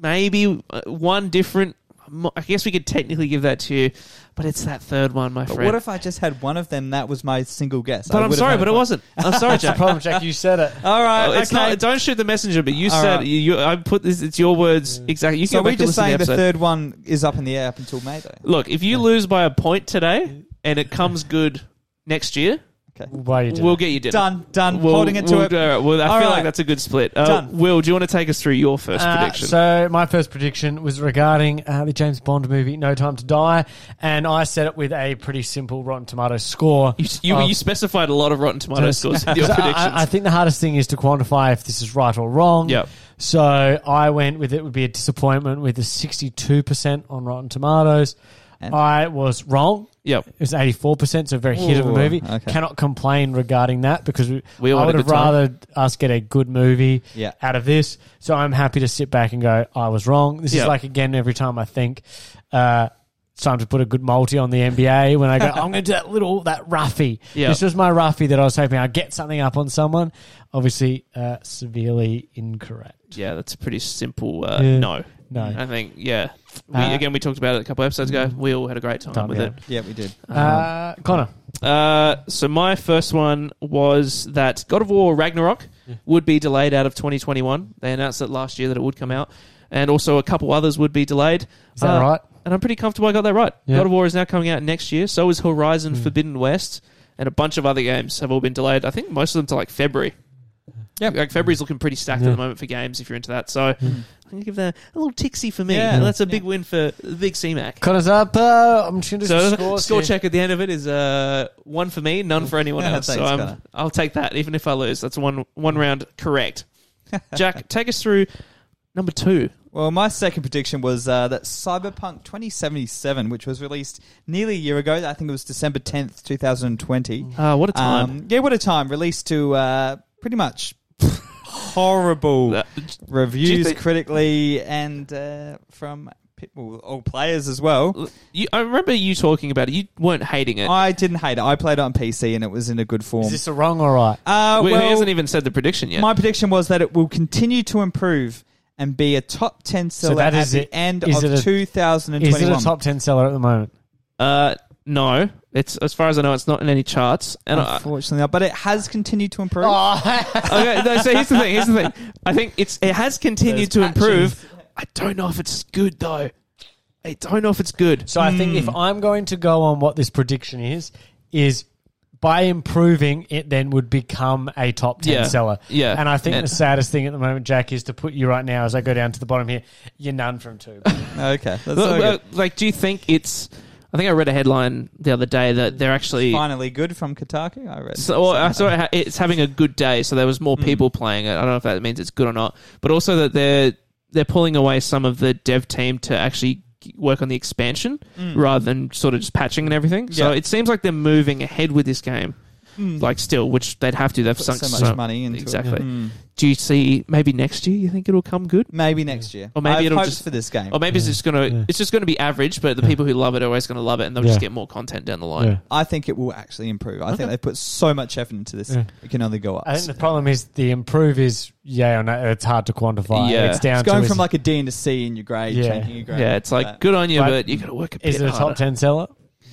maybe uh, one different. I guess we could technically give that to you, but it's that third one, my But friend. what if I just had one of them? That was my single guess. but I I'm would've sorry, had but it one. wasn't. (laughs) I'm sorry, that's the Jack. problem, Jack. You said it. All right. Oh, it's okay. not. Don't shoot the messenger. But you All said right. you, you. I put this. It's your words exactly. You can so go back we're to just listen to saying the the episode. third one is up in the air up until May, though. Look, if you Yeah. lose by a point today and it comes good next year, Why you did? we'll get you dinner. Done. Done. We'll- Holding it to we'll it. do it. Well, I All feel like right. that's a good split. Uh, Done. Will, do you want to take us through your first Uh, prediction? So my first prediction was regarding uh, the James Bond movie No Time to Die, and I said it with a pretty simple Rotten Tomatoes score. you, you, of- you specified a lot of Rotten Tomato uh, Just- (laughs) scores in your So I- predictions. I, I think the hardest thing is to quantify if this is right or wrong. Yep. So I went with it would be a disappointment with a 62% on Rotten Tomatoes. And- I was wrong. yep. It was 84%, so very hit of a Ooh, movie. okay. Cannot complain regarding that because we, We all I had a would good have rather us get a good movie Yeah. out of this. So I'm happy to sit back and go, I was wrong. This Yeah. is like, again, every time I think uh, it's time to put a good multi on the NBA when I (laughs) go, I'm going to do that little, that roughy. Yeah. This was my roughy that I was hoping I'd get something up on someone. Obviously, uh, severely incorrect. Yeah, that's a pretty simple uh, Yeah. no. No. I think, yeah. We, Uh, again, we talked about it a couple of episodes ago. We all had a great time Time, with yeah. it. Yeah, we did. Uh, Connor. Uh, so my first one was that God of War Ragnarok would be delayed out of 2021. They announced that last year that it would come out, and also a couple others would be delayed. Is that Uh, right? And I'm pretty comfortable I got that right. Yeah. God of War is now coming out next year. So is Hmm. Horizon Forbidden West, and a bunch of other games have all been delayed. I think most of them to like February. Yep. Like February's looking pretty stacked at Yeah. the moment for games if you're into that. So Hmm. I'm gonna give that a little tixie for me. Yeah. That's a big Yeah. win for the big CMAC. Connors up. Uh, I'm trying to So score. score, check at the end of it is uh, one for me, none for anyone Yeah, else. So thanks, i Connor. I'll take that, even if I lose. That's one one round (laughs) correct. Jack, take us through number two. Well, my second prediction was uh, that Cyberpunk 2077, which was released nearly a year ago, I think it was December 10th, Mm. 2020. Uh, what a time! Um, yeah, what a time. Released to uh, pretty much (laughs) horrible Uh, do you reviews think- critically and uh, from pe- well, all players as well. you, I remember you talking about it. You weren't hating it. I didn't hate it. I played it on PC and it was in a good form. Is this a wrong or right? uh, we, he well, hasn't even said the prediction yet. my prediction was that it will continue to improve and be a top 10 seller that at is the it. end Is of it a- Is 2021. it a top ten seller at the moment? uh, no, it's as far as I know, it's not in any charts. And Oh, I, Oh, Unfortunately, not, but it has continued to improve. Oh. (laughs) okay, no, so here's the thing. Here's the thing. I think it's it has continued to Those improve. I don't know if it's good though. I don't know if it's good. So I think if Hmm. I'm going to go on what this prediction is, is by improving it then would become a top ten Yeah. seller. Yeah. And I think And- the saddest thing at the moment, Jack, is to put you right now as I go down to the bottom here, you're none from two. (laughs) okay, that's Well, all well, good. like, do you think it's? I think I read a headline the other day that they're actually. finally good from Kotaku. I read. So, or I saw it ha- it's having a good day, so there was Hmm. more people playing it. I don't know if that means it's good or not, but also that they're they're pulling away some of the dev team to actually g- work on the expansion mm, rather than sort of just patching and everything. Hmm. So Yeah. Hmm. it seems like they're moving ahead with this game, like still, which they'd have to. They've mm, Put sunk so much money into it. Hmm. Mm. exactly. Do you see maybe next year? You think it'll come good? Maybe next year, Or maybe I've it'll hopes just- for this game. Or maybe it's just gonna it's just gonna be average, but the people who love it are always gonna love it, and they'll Yeah. just get more content down the line. Yeah. I think it will actually improve. I think they put so much effort into this; Yeah. it can only go up. I think the problem is the improve is yeah, or no, it's hard to quantify. Yeah. It's down it's going to from is, like a D into C in your grade, Yeah. changing your grade. Yeah, it's like good on you, But- but, you got to work a bit is it a top harder. ten seller?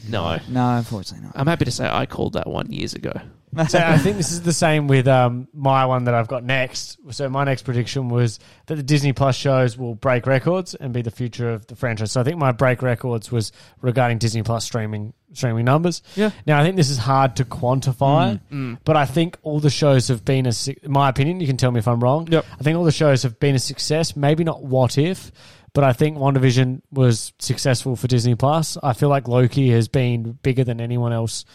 No, No, unfortunately not. I'm happy to say I called that one years ago. (laughs) so I think this is the same with um, my one that I've got next. So my next prediction was that the Disney Plus shows will break records and be the future of the franchise. So I think my break records was regarding Disney Plus streaming streaming numbers. Yeah. Now I think this is hard to quantify, Mm. but I think all the shows have been a. su- In my opinion, you can tell me if I'm wrong. Yep. I think all the shows have been a success. Maybe not What If, but I think WandaVision was successful for Disney Plus. I feel like Loki has been bigger than anyone else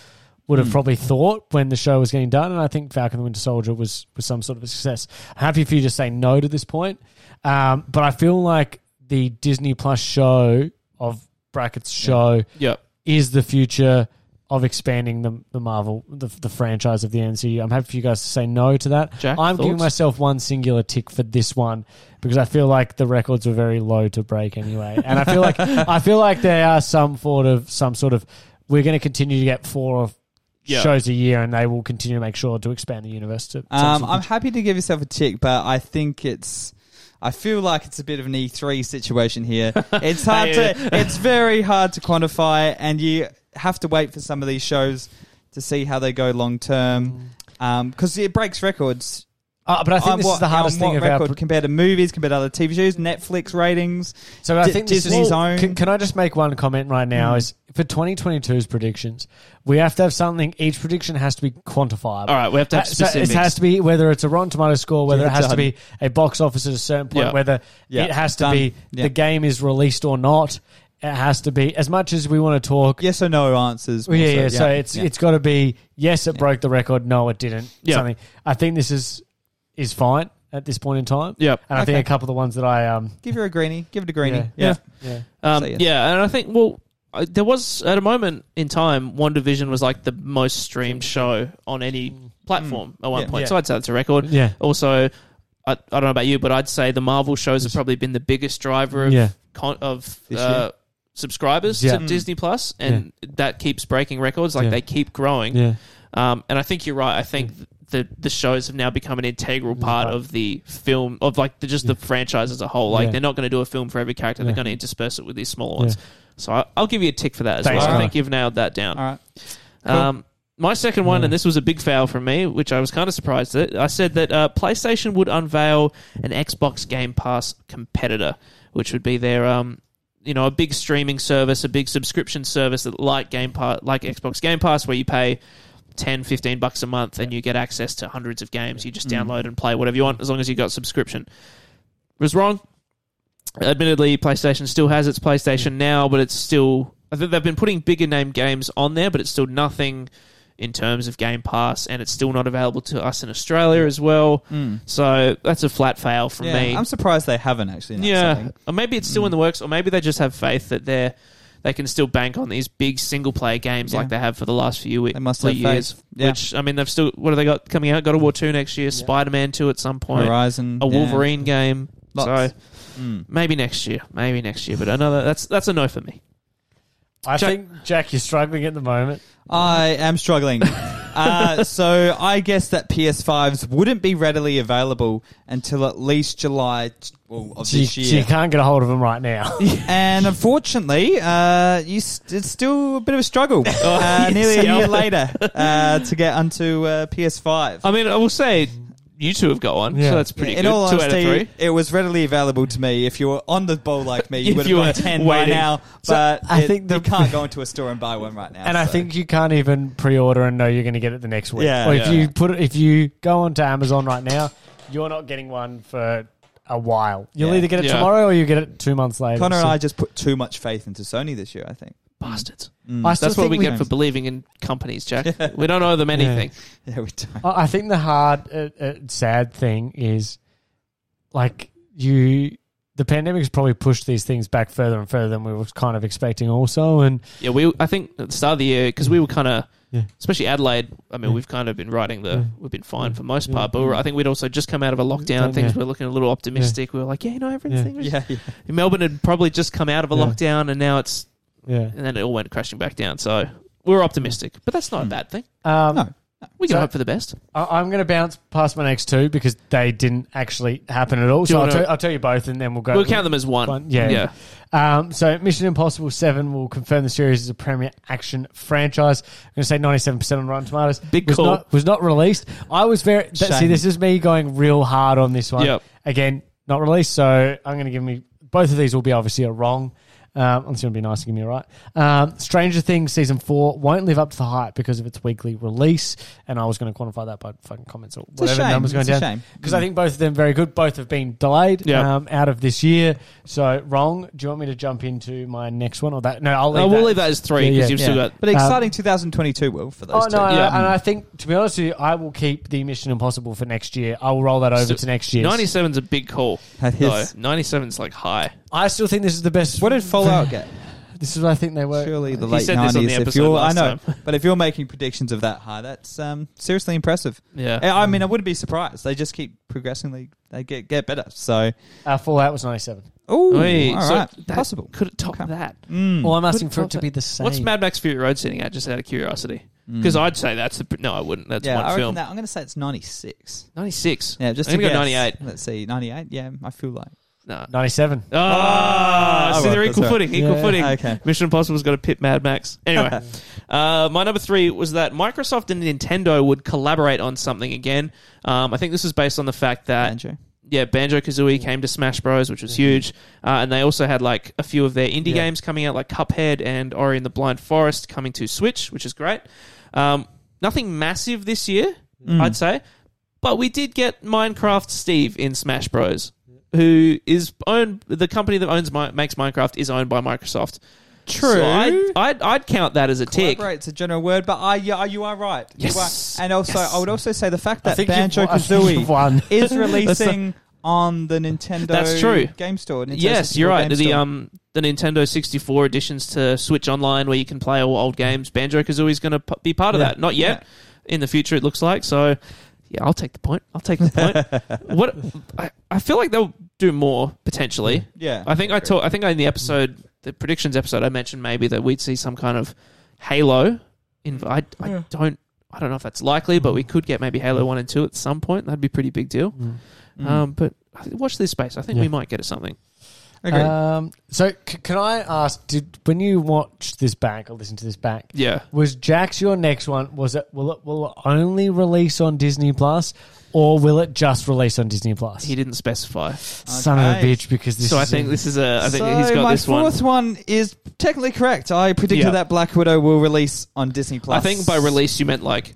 would have probably thought when the show was getting done. And I think Falcon and the Winter Soldier was was some sort of a success. I'm happy for you to say no to this point, um, but I feel like the Disney Plus show of brackets show Yep. is the future of expanding the the Marvel the, the franchise of the MCU. I'm happy for you guys to say no to that. Jack, I'm giving thoughts? myself one singular tick for this one because I feel like the records were very low to break anyway, and I feel like I feel like there are some sort of some sort of we're going to continue to get four of Yeah. shows a year, and they will continue to make sure to expand the universe. To some Um, sort I'm of- happy to give yourself a tick, but I think it's. I feel like it's a bit of an E3 situation (laughs) here. It's hard to. It's very hard to quantify, and you have to wait for some of these shows to see how they go long term. Mm. Because it breaks records. Uh, but I think on this what, is the hardest on thing what about. record compared to movies, compared to other TV shows, Netflix ratings. So I Di- think this Disney's is, own- Hmm. Can, can I just make one comment right now? Is for 2022's predictions, we have to have something. Each prediction has to be quantifiable. All right, we have to Uh, have so it specifics. has to be whether it's a Rotten Tomato score, whether Yeah, it has to done. be a box office at a certain point, Yeah. whether Yeah, it has to done. be Yeah. the game is released or not. It has to be as much as we want to talk. Yes or no answers. Well, yeah, also, yeah. So it's yeah. it's got to be yes, it broke the record. No, it didn't. Yeah. Something. I think this is is fine at this point in time. Yep. And I think Okay. a couple of the ones that I um give her a greenie. Give it a greenie. Yeah. yeah. yeah. Um, So, yeah. Yeah, and I think well, I, there was at a moment in time, One Division was like the most streamed show on any platform at one Yeah. point. Yeah. So I'd say that's a record. Yeah. Also, I, I don't know about you, but I'd say the Marvel shows have probably been the biggest driver of Yeah. con- of This uh, year. subscribers Yeah. to Disney Plus, and that keeps breaking records. Like Yeah. they keep growing. Yeah. Um, and I think you're right. I think Mm-hmm. the the shows have now become an integral part of the film of like the, just the franchise as a whole. Like Yeah. they're not going to do a film for every character. They're Yeah. going to intersperse it with these smaller ones. So I, I'll give you a tick for that as Thanks, well. I Connor. think you've nailed that down. All right. Um, my second one, and this was a big fail from me, which I was kind of surprised at. I said that uh, PlayStation would unveil an Xbox Game Pass competitor, which would be their, um, you know, a big streaming service, a big subscription service that like Game Pass, like Xbox Game Pass, where you pay 10, 15 bucks a month and you get access to hundreds of games. You just download and play whatever you want as long as you got subscription. Was wrong. Admittedly, PlayStation still has its PlayStation now, but it's still. I think they've been putting bigger name games on there, but it's still nothing in terms of Game Pass, and it's still not available to us in Australia as well. So that's a flat fail from Mm. Yeah, me. I'm surprised they haven't actually. announced Yeah, something. or maybe it's still Mm. in the works, or maybe they just have faith that they're they can still bank on these big single player games Yeah. like they have for the last few, we- They must few have faith. years. Yeah. Which I mean, they've still what have they got coming out? God of War two next year, Spider Man two at some point, Horizon, a yeah. Wolverine game. Lots. So Mm. maybe next year, maybe next year. But another that's that's a no for me. I Jack- think Jack, you're struggling at the moment. I am (laughs) struggling. uh, so I guess that PS5s wouldn't be readily available until at least July t- well, of So you, this so year. you can't get a hold of him right now. and unfortunately, uh, you s it's still a bit of a struggle. (laughs) Oh, uh, nearly a year later uh, to get onto uh, PS5. I mean, I will say you two have got one, Yeah. so Oh, that's pretty in good. all two out of honesty, three. it was readily available to me. If you were on the ball like me, you (laughs) If would you have got were ten by waiting. now. So, But I it- think the- you can't go into a store and buy one right now. (laughs) And I so. think you can't even pre-order and know you're going to get it the next week. Yeah. or if Yeah. you put it, if you go onto Amazon right now, you're not getting one for a while. You'll Yeah. either get it Yeah. tomorrow or you get it two months later. Connor and So- I just put too much faith into Sony this year. I think. Bastards. Mm. I still That's what think we we- get for believing in companies, Jack. We don't owe them anything. (laughs) Yeah, we don't. I I think the hard, uh, uh, sad thing is, like you, the pandemic's probably pushed these things back further and further than we were kind of expecting. Also, and Yeah, we. I think at the start of the year because we were kind of, Yeah. especially Adelaide. I mean, Yeah. we've kind of been riding the. Yeah. We've been fine for most Yeah. part, but we were, I think we'd also just come out of a lockdown. Yeah. Things were looking a little optimistic. We were like, yeah, you know, everything. was- Yeah, (laughs) yeah. Melbourne had probably just come out of a Yeah. lockdown, and now it's yeah, and then it all went crashing back down. So we were optimistic, but that's not a bad thing. um, No. We can So- hope for the best. I, I'm going to bounce past my next two because they didn't actually happen at all. Do So you I'll, wanna- tell- I'll tell you both, and then we'll go. We'll count them as one. One, yeah. yeah. Um, so Mission Impossible Seven will confirm the series as a premier action franchise. I'm going to say 97 percent on Rotten Tomatoes. Big was call. Not, was not released. I was very that, see. Shame. This is me going real hard on this one. Yep. Again, not released. So I'm going to give me both of these will be obviously a wrong. Um, it's going to be nice to give me a right. Um, Stranger Things season four won't live up to the hype because of its weekly release, and I was going to quantify that by fucking comments or It's a whatever shame. numbers going it's down a shame. because I think both of them very good. Both have been delayed Yeah. um, out of this year. So wrong. Do you want me to jump into my next one or that? No, I'll leave. I will that. leave that as three because Yeah, yeah. you've Yeah. still got. but exciting 2022 will for Oh those two. no, Yeah. and I think to be honest with you, I will keep the Mission Impossible for next year. I will roll that over Still- to next year. 97's a big call. That is- though. 97's like high. I still think this is the best. What did (laughs) Fallout get? (laughs) This is what I think they were. Surely the He late said this on the 90s. if episode you're, I last know, time. (laughs) but if you're making predictions of that high, that's um, seriously impressive. Yeah. I I mean, I wouldn't be surprised. They just keep progressingly. They get get better. So, Uh, Fallout was ninety-seven. oh, all Oi, right, so that- possible. Could it top Okay. that? Mm. Hmm. Well, I'm asking Good for it to content. be the same. What's Mad Max Fury Road sitting at? Just out of curiosity, because I'd say that's the pr- no, I wouldn't. That's Hmm. Mm. yeah, I one reckon film. that I'm going to say it's 96. Ninety six. Yeah, just I'm to gonna go guess. 98. Let's see, 98. Yeah, I feel like Nah. ninety-seven? Ah, Ah, see, they're alright, equal that's footing. Equal Yeah. footing. Okay. Mission Impossible's got to pit Mad Max. (laughs) Anyway, Hmm. uh, my number three was that Microsoft and Nintendo would collaborate on something again. Um, I think this is based on the fact that Banjo. Mm-hmm. yeah, Banjo Kazooie came to Smash Bros, which was huge, uh, and they also had like a few of their indie Yeah. games coming out, like Cuphead and Ori and the Blind Forest, coming to Switch, which is great. Um, nothing massive this year, Mm. I'd say, but we did get Minecraft Steve in Smash Bros, who is owned the company that owns Mi- makes Minecraft is owned by Microsoft. True. So I'd, I'd, I'd count that as a tick. Collaborate's a general word, but I, yeah, you are right. You Yes. are- And also, Yes. I would also say the fact I that think you've Banjo won- I think you've Kazooie (laughs) won. (laughs) is releasing on the Nintendo That's true. game store. Nintendo Yes, 64 you're right. game The store. um the Nintendo 64 additions to Switch Online, where you can play all old games. Banjo Kazooie is going to p- be part of Yeah. that. Not yet. In the future, it looks like. So, yeah, I'll take the point. I'll (laughs) take the point. what I, I feel like they'll do more potentially. (laughs) Yeah. I think I talk, I think in the episode, the predictions episode, I mentioned maybe that we'd see some kind of Halo. In I, I don't I don't know if that's likely, but we could get maybe Halo One and Two at Mm. some point. That'd be a pretty big deal. Um, but Um, I think- watch this space. I think Yeah. we might get it something. Agreed. Um, so c- can I ask? Did when you watched this back or listened to this back? Yeah. Was Jax your next one? Was it will it will it only release on Disney Plus, or will it just release on Disney Plus? He didn't specify. Son of a Okay. bitch! Because this so I is think in- this is a. I think so he's got my this one. fourth one. is technically correct. I predicted Yeah. that Black Widow will release on Disney Plus. I think by release you meant like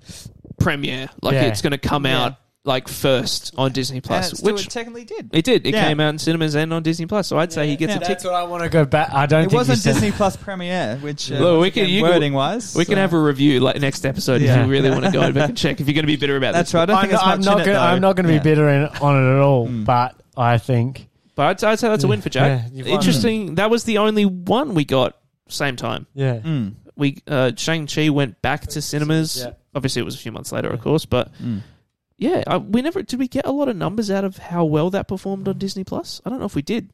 premiere, like Yeah. it's going to come Yeah. out like first on Disney Plus, Plus, which which it Uh, technically did. it did. It Yeah. came out in cinemas and on Disney Plus. So I'd say he gets Yeah. a That's tick. what I want to go back. I don't. It think was you on said- Disney Plus premiere, which uh, Look, we we can- can, you can- wording wise, We can so- have a review like next episode Yeah. if you really want (laughs) to go back and check if you're going to be bitter about That's this. right. I don't I'm, think there's I'm much not in it, gonna, though. I'm not going to Yeah. be bitter in, on it at all, Mm. but I think But I'd, I'd say that's a win for Jack. Yeah, you've won. Interesting. That was the only one we got same time. yeah. Mm. We uh, Shang Chi went back to cinemas. Yeah. Obviously, it was a few months later, of course. But Mm. yeah, I, we never did. We get a lot of numbers out of how well that performed on Disney Plus. I don't know if we did.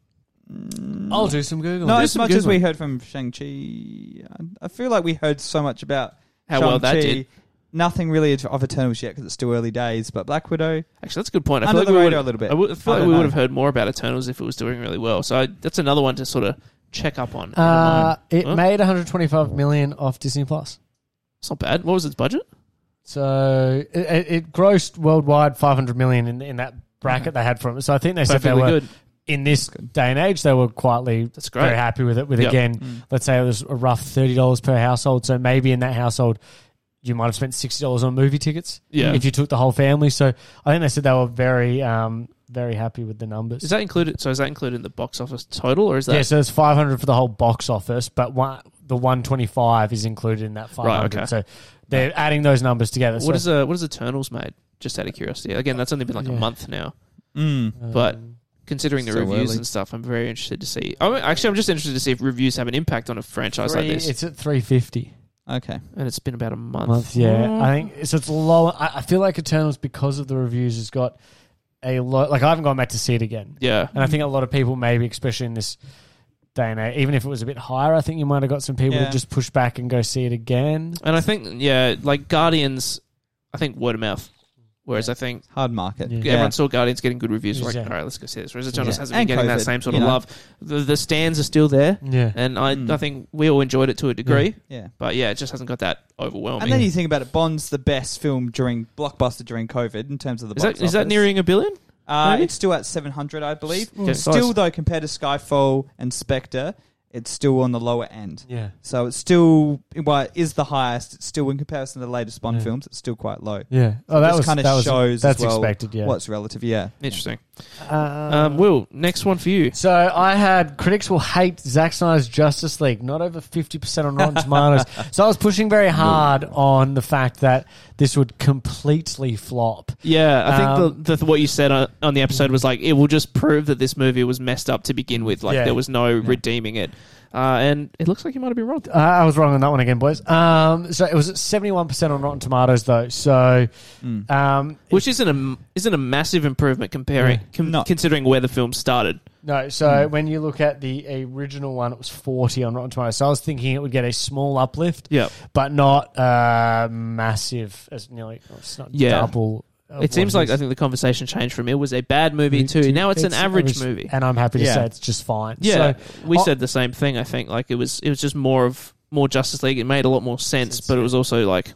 Hmm. I'll do some googling. No, There's as some much good as we ones. heard from Shang Chi, I feel like we heard so much about How well that Shang-Chi. did. Nothing really of Eternals yet because it's still early days. But Black Widow, Actually, that's a good point. I under feel like the we would radar a little bit. I would- I feel I like don't we know. would have heard more about Eternals if it was doing really well. So I, that's another one to sort of check up on. Uh, it Huh? made 125 million off Disney Plus. it's not bad. What was its budget? So it, it it grossed worldwide 500 million in, in that bracket they had from it. So I think they said they Perfectly were good. in this day and age they were quietly That's great. very happy with it. With Yep. again, Mm. let's say it was a rough thirty dollars per household. So maybe in that household. You might have spent sixty dollars on movie tickets Yeah. if you took the whole family. So I think they said they were very, um, very happy with the numbers. Is that included? So is that included in the box office total, or is that Yeah, so it's five hundred for the whole box office, but one, the one twenty five is included in that five Right, hundred. okay. So they're adding those numbers together. what so, is a what is Eternals made? Just out of curiosity. Again, that's only been like a Yeah. month now. mm. uh, but- Considering the Still reviews early. and stuff, I'm very interested to see. I'm, actually, I'm just interested to see if reviews have an impact on a franchise three, like this. it's at three fifty okay, and it's been about a month. month. Yeah, I think so. It's low. I, I feel like Eternals because of the reviews has got a lot. Like I haven't gone back to see it again, yeah. and I think a lot of people maybe, especially in this day and age, even if it was a bit higher, I think you might have got some people Yeah. to just push back and go see it again. And I think yeah, like Guardians, I think word of mouth. Whereas I think hard market. Yeah. Yeah. everyone saw Guardians getting good reviews. We're like, Yeah. all right, let's go see this. Whereas Eternals Yeah. hasn't And been getting that COVID, same sort you of know. love. The, the stands are still there, Yeah, and I, Mm. I think we all enjoyed it to a degree. yeah. But yeah, it just hasn't got that overwhelming. And then you think about it, Bond's the best film during blockbuster during COVID in terms of the is box that is that office. nearing a billion? Uh, maybe? it's still at seven hundred, I believe. Okay, Still nice. though, compared to Skyfall and Spectre, it's still on the lower end. yeah, So it's still well, it is the highest. It's still in comparison to the latest Bond Yeah. films. It's still quite low. yeah. Oh, that This was kinda that was shows as that's well expected. Yeah. What's relative? Yeah. Interesting. Um, Will, next one for you. So I had critics will hate Zack Snyder's Justice League, not over fifty percent on (laughs) Rotten Tomatoes. so I was pushing very hard on the fact that this would completely flop. Yeah, I think Um, the, the, what you said on, on the episode was like it will just prove that this movie was messed up to begin with. Like Yeah. there was no redeeming it, uh, and it looks like you might have been wrong. Uh, I was wrong on that one again, boys. Um, so it was at seventy-one percent on Rotten Tomatoes, though. So, Mm. um, Which isn't a isn't a massive improvement comparing Yeah. com- No. considering where the film started. no. So Hmm. when you look at the original one, it was forty on Rotten Tomatoes. So I was thinking it would get a small uplift, Yeah, but not uh, massive. As nearly, it's not Yeah. double. of it seems what like is. I think the conversation changed from it was a bad movie Movie to to- now it's an it's average average- movie. and I'm happy to Yeah. say it's just fine. Yeah, So, we Oh. said the same thing. I think like it was it was just more of more Justice League. It made a lot more sense, Sense, but it yeah. was also like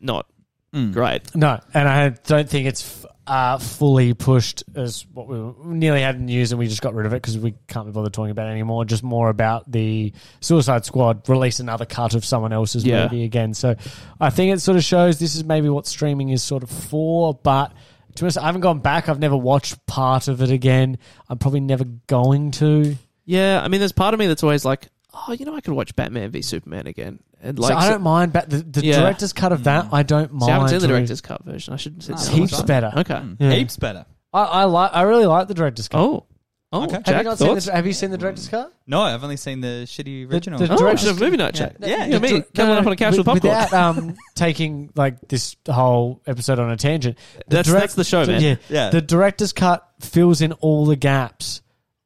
not Mm. great. no, and I don't think it's f- uh, fully pushed as what we, were- we nearly had in the news, and we just got rid of it because we can't be bothered talking about it anymore. Just more about the Suicide Squad release another cut of someone else's Yeah. movie again. So I think it sort of shows this is maybe what streaming is sort of for, but. To be honest, I haven't gone back. I've never watched part of it again. I'm probably never going to. Yeah, I mean, there's part of me that's always like, oh, you know, I could watch Batman v Superman again, and Like, like, so I don't mind. But the, the Yeah. Mm. director's cut of that, I don't mind. See, I haven't seen the really. director's cut version. I should sit Ah, It's that heaps one's better. Hmm. Okay. Mm. Yeah. Heaps better. I, I like. I really like the director's cut. Oh, oh, Okay. Have have you Jack, not seen thoughts? the, Have you seen the director's cut? No, I've only seen the shitty original. the- oh, director's- I should have movie night, Jack. Yeah, yeah. you and me No, coming no, up on a couch with wi- popcorn. Without (laughs) um, taking like this whole episode on a tangent. That's- that's the show, man. Yeah, Yeah. The director's cut fills in all the gaps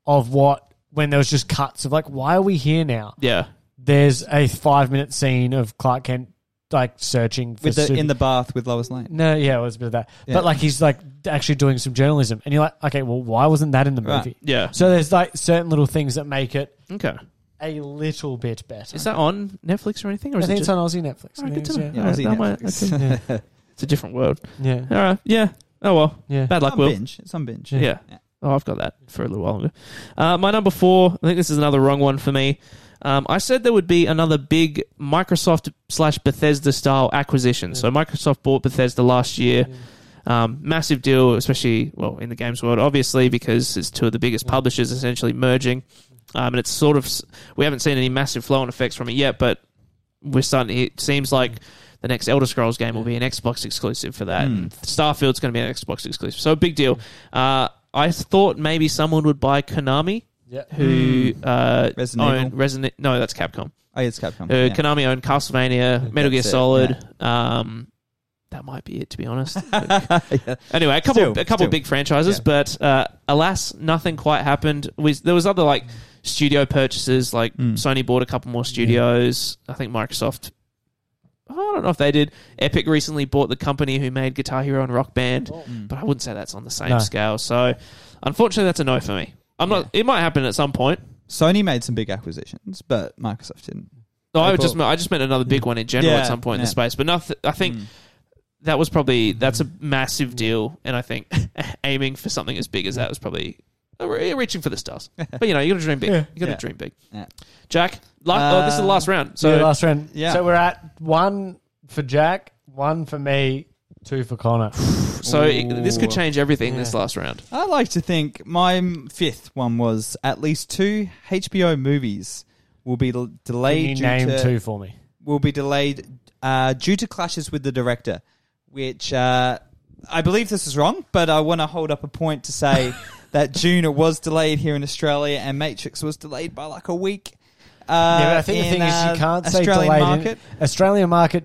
of what when there was just cuts of like, why are we here now? yeah, There's a five minute scene of Clark Kent like searching for with the, super- in the bath with Lois Lane. no, yeah, it was a bit of that. Yeah. But like he's like actually doing some journalism, and you're like, okay, well, why wasn't that in the Right. movie? Yeah. So there's like certain little things that make it Okay. a little bit better. Is that on Netflix or anything? Or I is it think it's on just- Aussie Netflix. All right, I think good to know. it's- Yeah, All right, Aussie that might- Netflix. (laughs) that's a- it's a different world. yeah, yeah, All right. Yeah. Oh well. yeah. Bad luck, on Will. binge. It's on binge. Yeah. Oh, I've got that for a little while longer. Uh, my number four. I think this is another wrong one for me. Um, I said there would be another big Microsoft slash Bethesda style acquisition. So Microsoft bought Bethesda last year. Um, massive deal, especially well in the games world, obviously because it's two of the biggest publishers essentially merging, um, and it's sort of s- we haven't seen any massive flow on effects from it yet, but we're starting. To, it seems like the next Elder Scrolls game will be an Xbox exclusive for that. Hmm. And Starfield's going to be an Xbox exclusive, so big deal. Uh, I thought maybe someone would buy Konami, Yeah. who uh, Hmm. Resident own Evil. Resident. No, that's Capcom. Oh, yeah, it's Capcom. Uh, yeah. Konami owned Castlevania, Metal Gear That's it, Solid. Um, that might be it, to (laughs) be honest. Yeah. Anyway, a couple, Still, a couple still. big franchises, Yeah. but uh, alas, nothing quite happened. We, there was other like studio purchases, like Mm. Sony bought a couple more studios. I think Microsoft. I don't know if they did. Epic recently bought the company who made Guitar Hero and Rock Band, Oh. Mm. but I wouldn't say that's on the same No. scale. So, unfortunately, that's a no for me. I'm not. It might happen at some point. Sony made some big acquisitions, but Microsoft didn't. They No, I would just. bought- I just meant another big one in general Mm. Yeah, at some point in the yeah. space. But nothing. I think Mm. that was probably that's a massive deal, and I think (laughs) aiming for something as big as that was probably uh, re- reaching for (laughs) the stars. But you know, you got to dream big. Yeah. You got to Yeah. dream big. Yeah. Jack, la- oh, this is the Uh, last round. So So last round. Yeah. So we're at one for Jack, one for me, two for Connor. so it- this could Ooh. change everything this Yeah. last round. I like to think my m- fifth one was at least two HBO movies will be del- Can delayed you due name to two for me? will be delayed uh, due to clashes with the director, which uh, I believe this is wrong, but I want to hold up a point to say (laughs) that June was delayed here in Australia and Matrix was delayed by like a week. Uh, yeah, but I think the in, thing is uh, you can't say Australian delayed. in- market. Australian market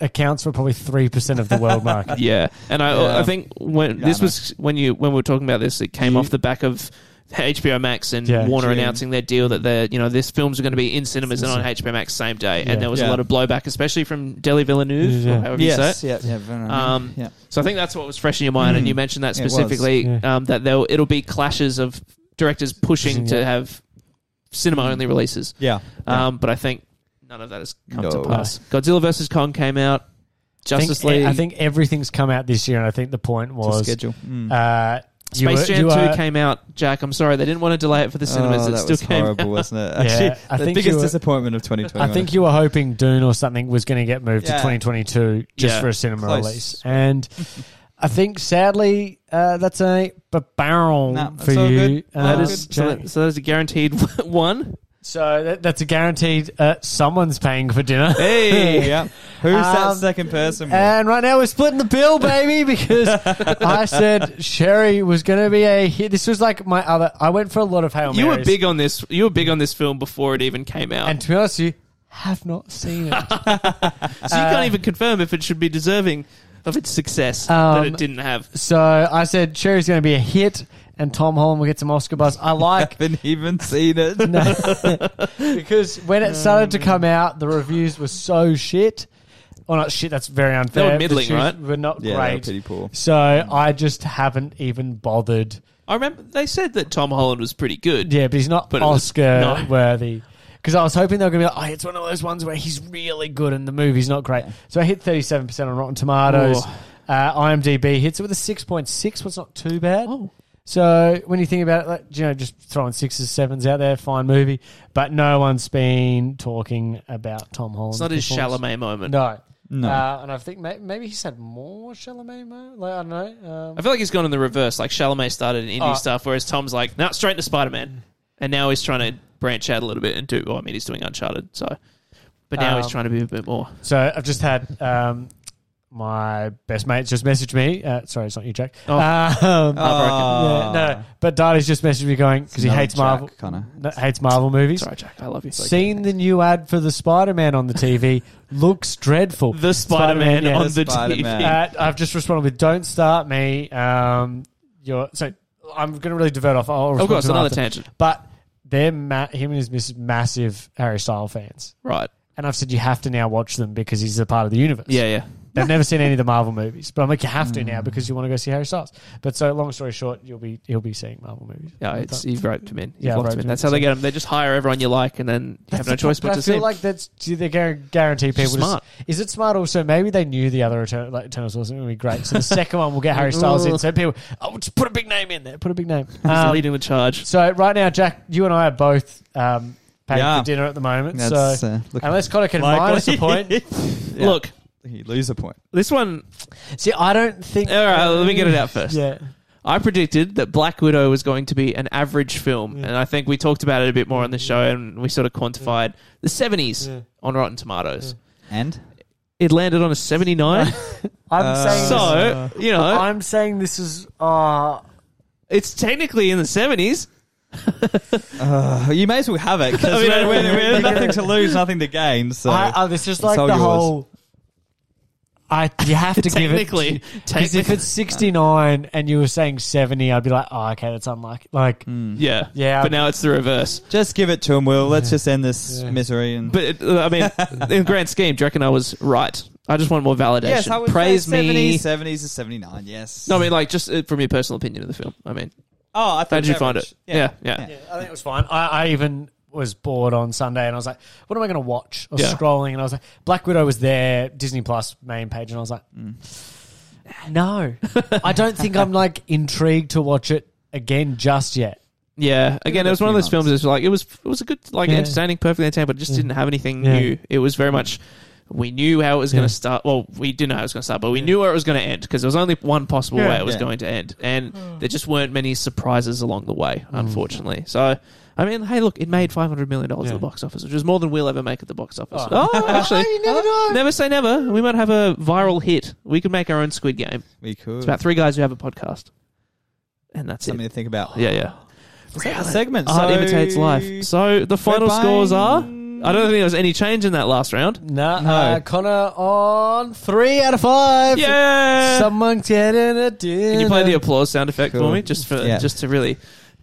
accounts for probably three percent of the world market. (laughs) Yeah, and I Yeah. I think when Yeah, this I know. was when you when we were talking about this, it came You- off the back of. HBO Max and Yeah. Warner June. announcing their deal that they're you know this films are going to be in cinemas and on HBO Max same day, Yeah. and there was a Yeah. lot of blowback, especially from Deli Villeneuve, Yeah. or however you say it. Yes, yeah, yeah, very nice. Um, yeah. So I think that's what was fresh in your mind, and Mm. you mentioned that It was. specifically Yeah. um, that there it'll be clashes of directors pushing Pushing, to yeah. have cinema only releases. yeah, yeah. Um, but I think none of that has come to No. pass. Godzilla vs Kong came out. Justice I think, League. I think everything's come out this year, and I think the point It's a was schedule. Mm. uh, you Space were- Jam you Two were- came out. Jack, I'm sorry they didn't want to delay it for the cinemas. Oh, it that still was came. horrible, wasn't it? Yeah, Actually, I the think you biggest were- disappointment of 2020. I think you were hoping Dune or something was going to get moved to Yeah. 2022 just Yeah. for a cinema Close. release, and I think sadly uh, that's a barrel Nah, for that's all you. good. Uh, that Oh, is good. so, Jack. that, so that is a guaranteed (laughs) one. So that, that's a guaranteed uh, someone's paying for dinner. (laughs) Hey, yeah. Who's that Um, second person? Will? (laughs) And right now we're splitting the bill, baby, because I said Sherry was going to be a hit. This was like my other. I went for a lot of Hail You were Oh, Marys. big on this. You were big on this film before it even came out. And to be honest with you, have not seen it. so you uh, can't even confirm if it should be deserving of its success that Um, it didn't have. so I said Sherry's going to be a hit, and Tom Holland will get some Oscar buzz. I (laughs) like haven't even seen (laughs) it. No. because when it started to come out, the reviews were so shit. Well, not shit. That's very unfair. They were middling, The reviews right? Were not Yeah, they were great. pretty poor. So I just haven't even bothered. I remember they said that Tom Holland was pretty good. Yeah, but he's not But it was- Oscar no. worthy. Because I was hoping they were going to be like, oh, it's one of those ones where he's really good and the movie's not great. So I hit 37% on Rotten Tomatoes. Ooh. Uh, IMDb hits it with a 6.6, what's not too bad. Oh. So when you think about it, like, you know, just throwing sixes, sevens out there, fine movie. But no one's been talking about Tom Holland. It's not his Chalamet moment. No. No. Uh, and I think may- maybe he's had more Chalamet. mo- Like, I don't know. Um, I feel like he's gone in the reverse. Like Chalamet started in indie Oh. stuff, whereas Tom's like, no, straight into Spider Man, and now he's trying to branch out a little bit and do. Well, I mean, he's doing Uncharted, so. But now he's Um, trying to be a bit more. So I've just had um, my best mates just message me. Uh, sorry, it's not you, Jack. Oh. Um, yeah, Ah. no, but Daddy's just messaged me going because he Another hates Jack, Marvel, Connor. no, hates Marvel movies. Sorry, Jack, I love you. Seen the new ad for the Spider-Man on the (laughs) TV. Looks dreadful. The Spider Man Spider-Man, yeah. on the The Spider-Man. TV. Uh, I've just responded with "Don't start me." Um, you're so I'm going to really divert off. I'll Of respond course, to him Oh, another after. tangent. But they're ma- him and his missus massive Harry Styles fans. Right. and I've said you have to now watch them because he's a part of the universe. Yeah, yeah. They've never seen any of the Marvel movies, but I'm like, you have to Hmm. now because you want to go see Harry Styles. But so, long story short, you'll be he'll be seeing Marvel movies. Yeah, it's, you've roped him in. You've Yeah, locked roped him in. him That's in. how they get him. They just hire everyone you like, and then you have no choice but But I to feel see him. like that's they're guar- guarantee people to s- smart. Is it smart? Also, maybe they knew the other Etern- like Eternals wasn't going to be great, so the second one will get Harry Styles in. So people, oh, just put a big name in there. Put a big name. (laughs) He's Um, leading the charge. so right now, Jack, you and I are both um, paying Yeah. for dinner at the moment. That's, so uh, look- unless Connor can Likely. minus a point, (laughs) Yeah. Look, you lose a point. this one. see, I don't think. All right, let me get it out first. Yeah, I predicted that Black Widow was going to be an average film, Yeah. and I think we talked about it a bit more on the show, and we sort of quantified the seventies Yeah. on Rotten Tomatoes. And It landed on (laughs) a seventy-nine. I'm Uh, saying. so this- Uh, you know, I'm saying this is. Uh, it's technically in the seventies. uh, you may as well have it 'cause I mean, we're- we're- (laughs) we're- I- nothing to lose, nothing to gain. So I, I, this is like all the yours. whole. I you have to give it (laughs) technically, because if technically, it's sixty nine and you were saying seventy, I'd be like, oh, okay, that's unlucky. Like, yeah, Yeah. But now it's the reverse. just give it to him, Will. Let's just end this Yeah. misery. And But it, I (laughs) mean, in grand scheme, do you reckon I was right? I just want more validation. Praise me. Seventies to seventy nine. Yes. No, I mean, like, just uh, from your personal opinion of the film. I mean, Oh, I thought how did you average. find it? Yeah, yeah. yeah, I think it was fine. I, I even was bored on Sunday and I was like, what am I going to watch? I was Yeah. scrolling and I was like, Black Widow was there, Disney Plus main page, and I was like, no, I don't think I'm like intrigued to watch it again just yet. Yeah. Again, it it a was one of few those films months. that's like it was it was a good like Yeah. entertaining, perfectly entertaining, but it just didn't have anything Yeah. new. It was very much we knew how it was going Yeah. to start. Well, we didn't know how it was going to start, but we knew where it was going to end because there was only one possible Yeah. way it was Yeah. going to end, and there just weren't many surprises along the way, Hmm. unfortunately. So. I mean, hey, look, it made five hundred million dollars Yeah. at the box office, which is more than we'll ever make at the box office. Oh. (laughs) Oh, actually, never know. never say never. We might have a viral hit. We could make our own Squid Game. We could. It's about three guys who have a podcast, and that's it. Something to think about. Yeah, yeah. Is that the segment? Art So- Oh, imitates life. So the final We're scores are. I buying- don't think there was any change in that last round. Nah, No. uh, Connor on three out of five. Yeah. Someone's getting a dinner. Can you play the applause sound effect Cool. for me, just for Yeah. just to really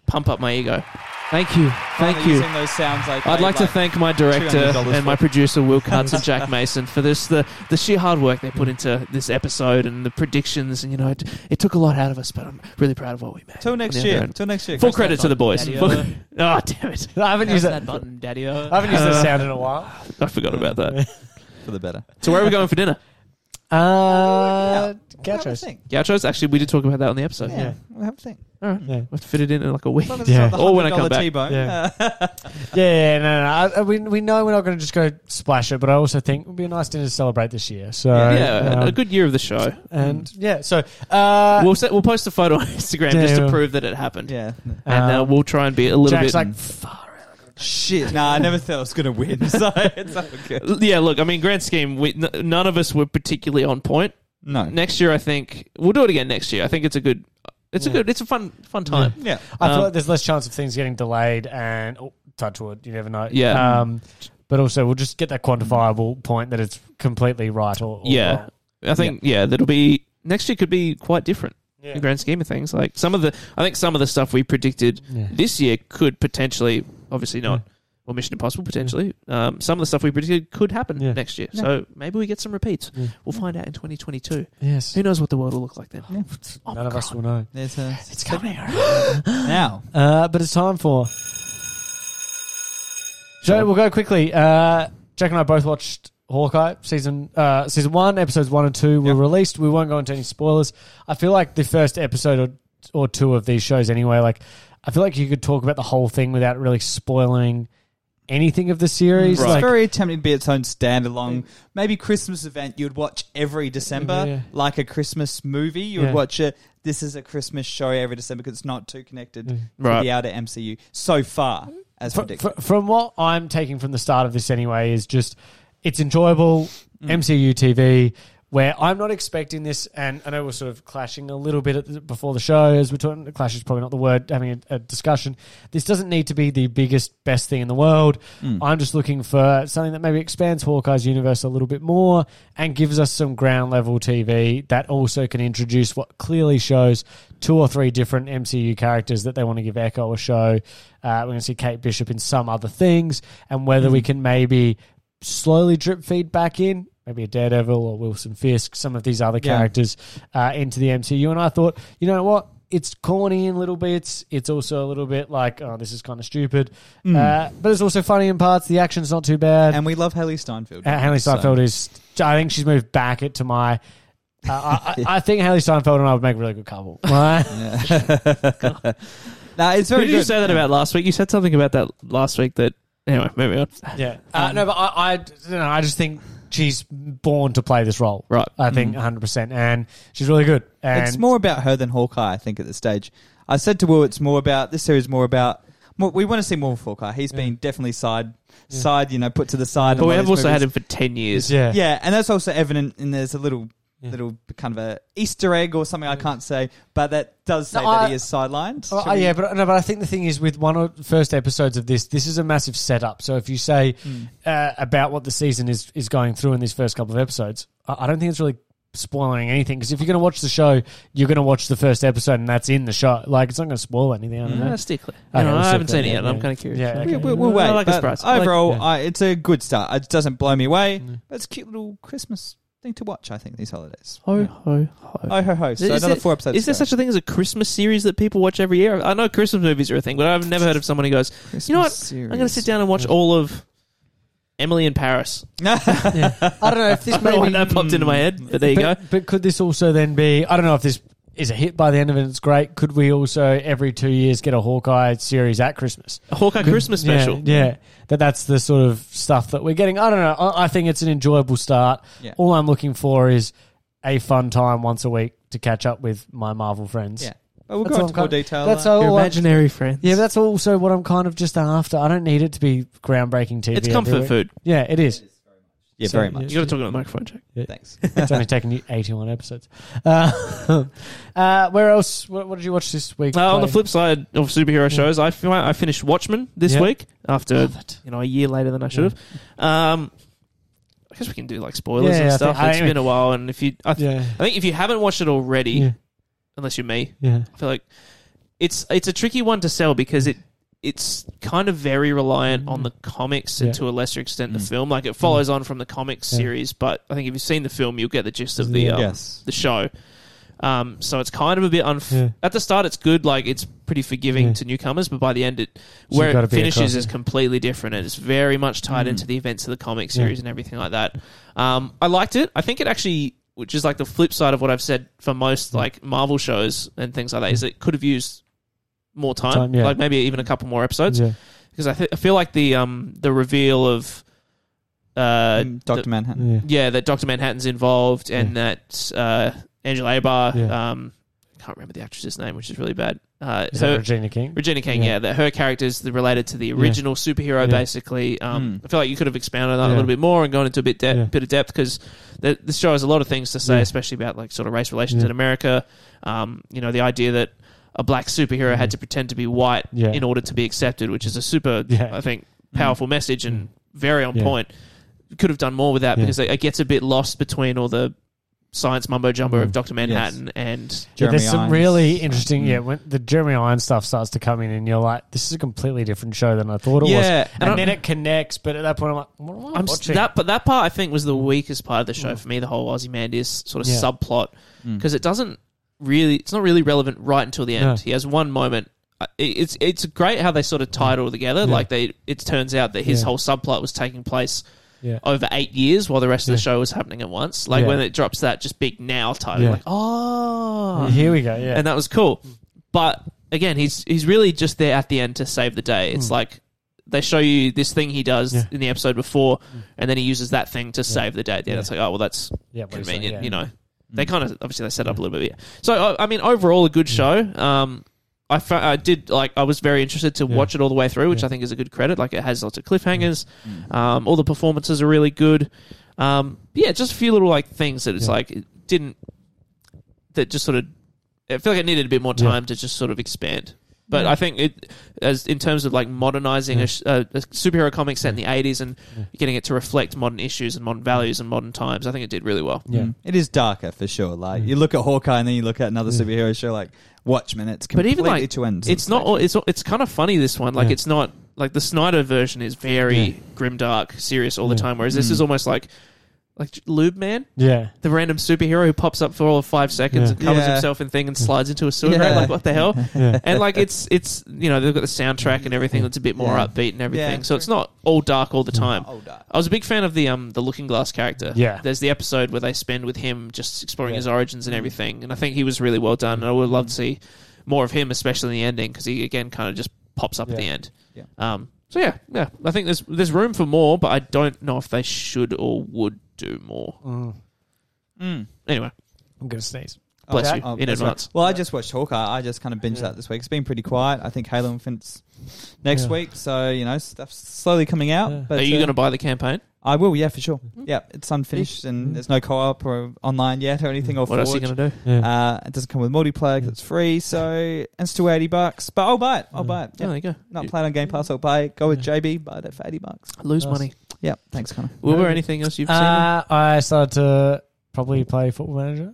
pump up my ego? Thank you, thank Using you. Those sounds like I'd like to thank my director $200 and my for- producer Will Cutts and Jack Mason for this the, the sheer hard work they put into this episode and the predictions and you know it, it took a lot out of us but I'm really proud of what we made. Till On next the other year. end. Till next year. Full credit to the boys. Daddy-o. Full- (laughs) oh damn it! I haven't used that. button, Daddy. I haven't used Uh, that sound in a while. I forgot about that. for the better. So where are we going for dinner? Uh, Have a Gauchos. think. Gauchos. Actually, we did talk about that on the episode. Yeah. Have a think. (laughs) All right. Yeah. We'll have to fit it in in like a week. As long as Yeah. it's not the Or when I $100 come back. T-bone. Yeah. Uh, Yeah, yeah, no, no. no. I, I- we, we know we're not going to just go splash it, but I also think it would be a nice dinner to celebrate this year. So (laughs) Yeah, um, a good year of the show. and yeah, so uh, We'll set, we'll post a photo on (laughs) Instagram Yeah, just to yeah. prove that it happened. (laughs) yeah. And uh, um, we'll try and be a little Jack's bit. like far out. Shit. Nah, I never thought I was gonna win. (laughs) So it's all good. yeah, look, I mean, grand scheme, we, n- none of us were particularly on point. No. Next year, I think we'll do it again. Next year, I think it's a good, it's a Yeah. good, it's a fun, fun time. (laughs) Yeah. I feel Um, like there's less chance of things getting delayed, and oh, touch wood, you never know. Yeah. Um, but also, we'll just get that quantifiable point that it's completely right or, or Yeah. wrong. I think, yeah. that'll be next year could be quite different in Yeah. the grand scheme of things. Like some of the, I think some of the stuff we predicted this year could potentially, obviously not, well, Mission Impossible potentially. Um, some of the stuff we predicted could happen Yeah. next year. So maybe we get some repeats. We'll find out in 2022. Yes. Who knows what the world will look like then? Oh, None of us God. will know. There's a It's coming. (gasps) now. Uh, but it's time for. So Sure. we'll go quickly. Uh, Jack and I both watched Hawkeye season uh, season one, episodes one and two were Yep. released. We won't go into any spoilers. I feel like the first episode or, or two of these shows, anyway. Like, I feel like you could talk about the whole thing without really spoiling anything of the series. It's Mm, Right. Like, very attempting to be its own standalone, maybe Christmas event you'd watch every December, Yeah. like a Christmas movie. You would Yeah. watch it. This is a Christmas show every December because it's not too connected to Right. the outer MCU so far as fr- predicted. fr- from what I'm taking from the start of this anyway is just it's enjoyable Mm. MCU TV where I'm not expecting this and I know we're sort of clashing a little bit at the, before the show as we're talking clash is probably not the word having a, a discussion this doesn't need to be the biggest best thing in the world Mm. I'm just looking for something that maybe expands Hawkeye's universe a little bit more and gives us some ground level TV that also can introduce what clearly shows two or three different MCU characters that they want to give Echo a show. Uh, we're going to see Kate Bishop in some other things, and whether we can maybe slowly drip feed back in, maybe a Daredevil or Wilson Fisk, some of these other Yeah. characters uh, into the MCU. And I thought, you know what? It's corny in little bits. It's also a little bit like, oh, this is kind of stupid. Uh, but it's also funny in parts. The action's not too bad. and we love Haley Steinfeld. Uh, Haley So- Steinfeld is. I think she's moved back it to my. Uh, I, I- I think Haley Steinfeld and I would make a really good (laughs) couple. Right? Nah, it's Who very did good. you say that about last week? You said something about that last week that. Anyway, moving on. yeah. Uh, no, but I, I, you know, I just think she's born to play this role. Right. I think 100, percent and she's really good. And Mm-hmm. It's more about her than Hawkeye, I think, at this stage. I said to Will, it's more about this series. More about more, we want to see more of Hawkeye. He's been definitely side, side, you know, put to the side. in But we one of have these also had movies. him for 10 years. yeah, (laughs) yeah, and that's also evident. And there's a little, Yeah. little kind of a Easter egg or something I can't say, but that does say No, that I- he is sidelined. Oh, Should we- yeah, but no, but I think the thing is with one of the first episodes of this, this is a massive setup. So if you say Hmm. uh, about what the season is is going through in these first couple of episodes, I, I don't think it's really spoiling anything because if you're going to watch the show, you're going to watch the first episode and that's in the show. Like it's not going to spoil anything. I don't No, know. stickler. Okay, No, we'll I haven't stick with seen Uh, it it, yet. and I'm yeah. kind of curious. Yeah, okay. We- we- We'll wait. I like a but surprise. I like- Overall, yeah. I, it's a good start. It doesn't blow me away. But it's a cute little Christmas thing to watch. I think these holidays. Ho, ho, ho. Oh ho ho! So Is another it- four episodes. Is there to go. such a thing as a Christmas series that people watch every year? I know Christmas movies are a thing, but I've never heard of someone who goes, you know what? I'm going (laughs) to sit down and watch all of Emily in Paris. I don't know (laughs) if this I don't know why maybe that popped into my head, but there you but, go. but could this also then be? I don't know if this is a hit by the end of it. It's great. Could we also every two years get a Hawkeye series at Christmas? A Hawkeye Christmas Yeah, special. Yeah, that that's the sort of stuff that we're getting. I don't know. I, I think it's an enjoyable start. Yeah. All I'm looking for is a fun time once a week to catch up with my Marvel friends. Yeah. But we'll That's go all into I'm more kind- detail. That's uh, all. I'm- Imaginary friends. Oh, yeah, but that's also what I'm kind of just after. I don't need it to be groundbreaking TV. it's every comfort week. food. Yeah, it is. yeah, So, very much. you got to talk into the microphone, Jack. Thanks. It's only taken (laughs) you 81 episodes. Uh, (laughs) uh, where else? What, what did you watch this week? Uh, on the Clay? flip side of superhero Yeah. shows, I, fi- I finished Watchmen this Yeah. week after Love it. you know a year later than I should have. Um, I guess we can do like Yeah, spoilers yeah, and I stuff. It's think- I mean- been a while, and if you, I, th- Yeah. I think if you haven't watched it already, Yeah. unless you're me, Yeah. I feel like it's it's a tricky one to sell because it it's kind of very reliant on the comics Yeah. and to a lesser extent the Mm. film. Like it follows on from the comics Yeah. series, but I think if you've seen the film, you'll get the gist of the Yeah. um, Yes. the show. Um, so it's kind of a bit unf- Yeah. at the start. It's good, like it's pretty forgiving Yeah. to newcomers, but by the end, it So where you've gotta it be Mm. finishes across- is completely different, and it's very much tied into the events of the comic series and everything like that. Um, I liked it. I think it actually, which is like the flip side of what I've said for most Mm. like Marvel shows and things like that, is it could have used more time, Time, yeah. like maybe even a couple more episodes, Yeah. because I, th- I feel like the um the reveal of uh Mm, the- Dr. Manhattan. Yeah. yeah, that Doctor Manhattan's involved, and that uh, Angela Abar, Yeah. um, I can't remember the actress's name, which is really bad. Uh, Is that her, Regina King? Regina King, Yeah. yeah. that her character's the, related to the original superhero, Yeah. basically. Um, Mm. I feel like you could have expanded on that Yeah. a little bit more and gone into a bit de- Yeah. bit of depth because the, the show has a lot of things to say, Yeah. especially about like sort of race relations Yeah. in America. Um, you know, the idea that a black superhero had to pretend to be white Mm-hmm. Yeah. in order to be accepted, which is a super, Yeah. Mm-hmm. I think, powerful message and very on Yeah. point. Could have done more with that Yeah. because it it gets a bit lost between all the science mumbo jumbo of Mm. Doctor Manhattan and Yeah, there's some Irons. really interesting. Mm. Yeah, when the Jeremy Irons stuff starts to come in, and you're like, "This is a completely different show than I thought it was." yeah, And, then it connects, but at that point, I'm like, "What am I I'm s watching?" that, but that part I think was the weakest part of the show for me. The whole Ozymandias sort of Mm. Yeah. subplot Mm. because it doesn't really, it's not really relevant right until the end. No. He has one moment. I- it- It's it's great how they sort of tied it all together. Yeah. Like they, it turns out that his Yeah. whole subplot was taking place yeah, over eight years while the rest of the Yeah. show was happening at once. Like Yeah. when it drops that just big now title, Yeah. like oh, here we go. Yeah, and that was cool. But again, he's he's really just there at the end to save the day. It's like they show you this thing he does Hmm. Yeah. in the episode before, and then he uses that thing to save the day. At the end, Yeah. it's like, oh well, that's yeah, what he's saying, convenient, yeah. you know. They kind of obviously they set up a little bit. Yeah. So I, I mean, overall, a good show. Um, I fo- I did like I was very interested to Yeah. watch it all the way through, which Yeah. I think is a good credit. Like it has lots of cliffhangers. Um, all the performances are really good. Um, yeah, just a few little like things that it's Yeah. like it didn't that just sort of. I feel like it needed a bit more Yeah. time to just sort of expand. But I think it, as in terms of like modernizing a, sh- uh, a, a superhero comic set in the '80s and getting it to reflect modern issues and modern values and modern times, I think it did really well. Yeah. Mm. Mm. It is darker for sure. Like you look at Hawkeye and then you look at another superhero show like Watchmen. It's But completely even, like, two ends. it's not. all- It's it's kind of funny this one. Like Yeah. it's not like the Snyder version is very grim, dark, serious all the Yeah. Mm. time, whereas this is almost like like Lube Man, Yeah. the random superhero who pops up for all of five seconds Yeah. and covers Yeah. himself in thing and slides into a sewer drain. Yeah. Like what (laughs) the hell? Yeah. and like it's it's you know they've got the soundtrack and everything that's a bit more Yeah. upbeat and everything, Yeah. Mm. so it's not all dark all the time. Older. I was a big fan of the um the Looking Glass character. Yeah. there's the episode where they spend with him just exploring his origins Mm. and everything, and I think he was really well done. And I would love to see more of him, especially in the ending, because he again kind of just pops up at Yeah. the end. Yeah. Um. So yeah, yeah. I think there's there's room for more, but I don't know if they should or would do more. Mm. Mm. Anyway, I'm gonna sneeze. bless Okay. you Oh, in that's advance. Well, I just watched Hawkeye. I just kind of binged that this week. It's been pretty quiet. I think Halo Infinite's next Yeah. week, so you know stuff's slowly coming out. Yeah. Mm-hmm. But Are you uh, going to buy the campaign? I will, yeah, for sure. Yeah, it's unfinished and there's no co-op or online yet or anything. Or What else are you Forge. going to do? Yeah. Uh, it doesn't come with multiplayer 'cause it's free, so and it's still eighty bucks. But I'll buy it. I'll Mm. buy it. Oh, Yeah. there you go. Not You playing on Game Pass. I'll buy it. Go with JB. Buy that for eighty bucks. lose Nice. money. Yeah. Thanks, Connor. Will Very there good. anything else you've seen? Uh, I started to probably play Football Manager.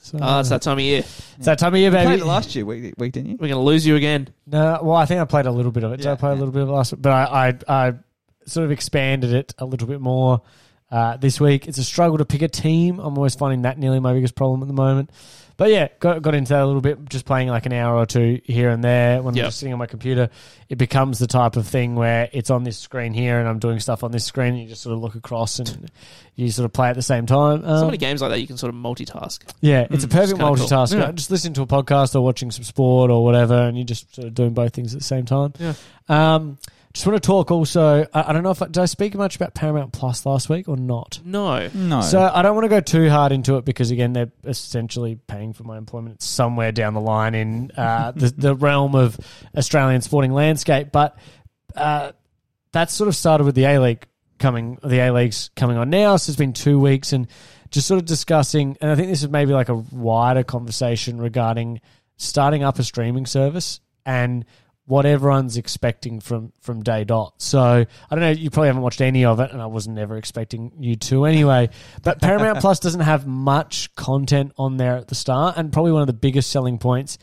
So, oh, it's that time of year. it's that time of year, Ah, You baby. played it last year week, week didn't you? We're going to lose you again. No, well, I think I played a little bit of it. Did I Yeah, play a yeah. little bit of it last week? But I, I, I sort of expanded it a little bit more uh, this week. It's a struggle to pick a team. I'm always finding that nearly my biggest problem at the moment. But yeah, got, got into that a little bit, just playing like an hour or two here and there. When Yep. I'm just sitting on my computer, it becomes the type of thing where it's on this screen here and I'm doing stuff on this screen. And you just sort of look across and you sort of play at the same time. so Um, many games like that you can sort of multitask. yeah, it's a Mm, perfect Hmm, it's kinda cool. multitasker. Yeah. Just listen to a podcast or watching some sport or whatever, and you're just sort of doing both things at the same time. Yeah. Um, just want to talk also. I, I don't know if I, did I speak much about Paramount Plus last week or not. No. No. So I don't want to go too hard into it because again, they're essentially paying for my employment It's somewhere down the line in uh, (laughs) the, the realm of Australian sporting landscape. But uh, that sort of started with the A League coming, the A League's coming on now. So it's been two weeks and just sort of discussing, and I think this is maybe like a wider conversation regarding starting up a streaming service and what everyone's expecting from from day dot. So I don't know, you probably haven't watched any of it, and I was never expecting you to anyway. But Paramount Plus doesn't have much content on there at the start, and probably one of the biggest selling points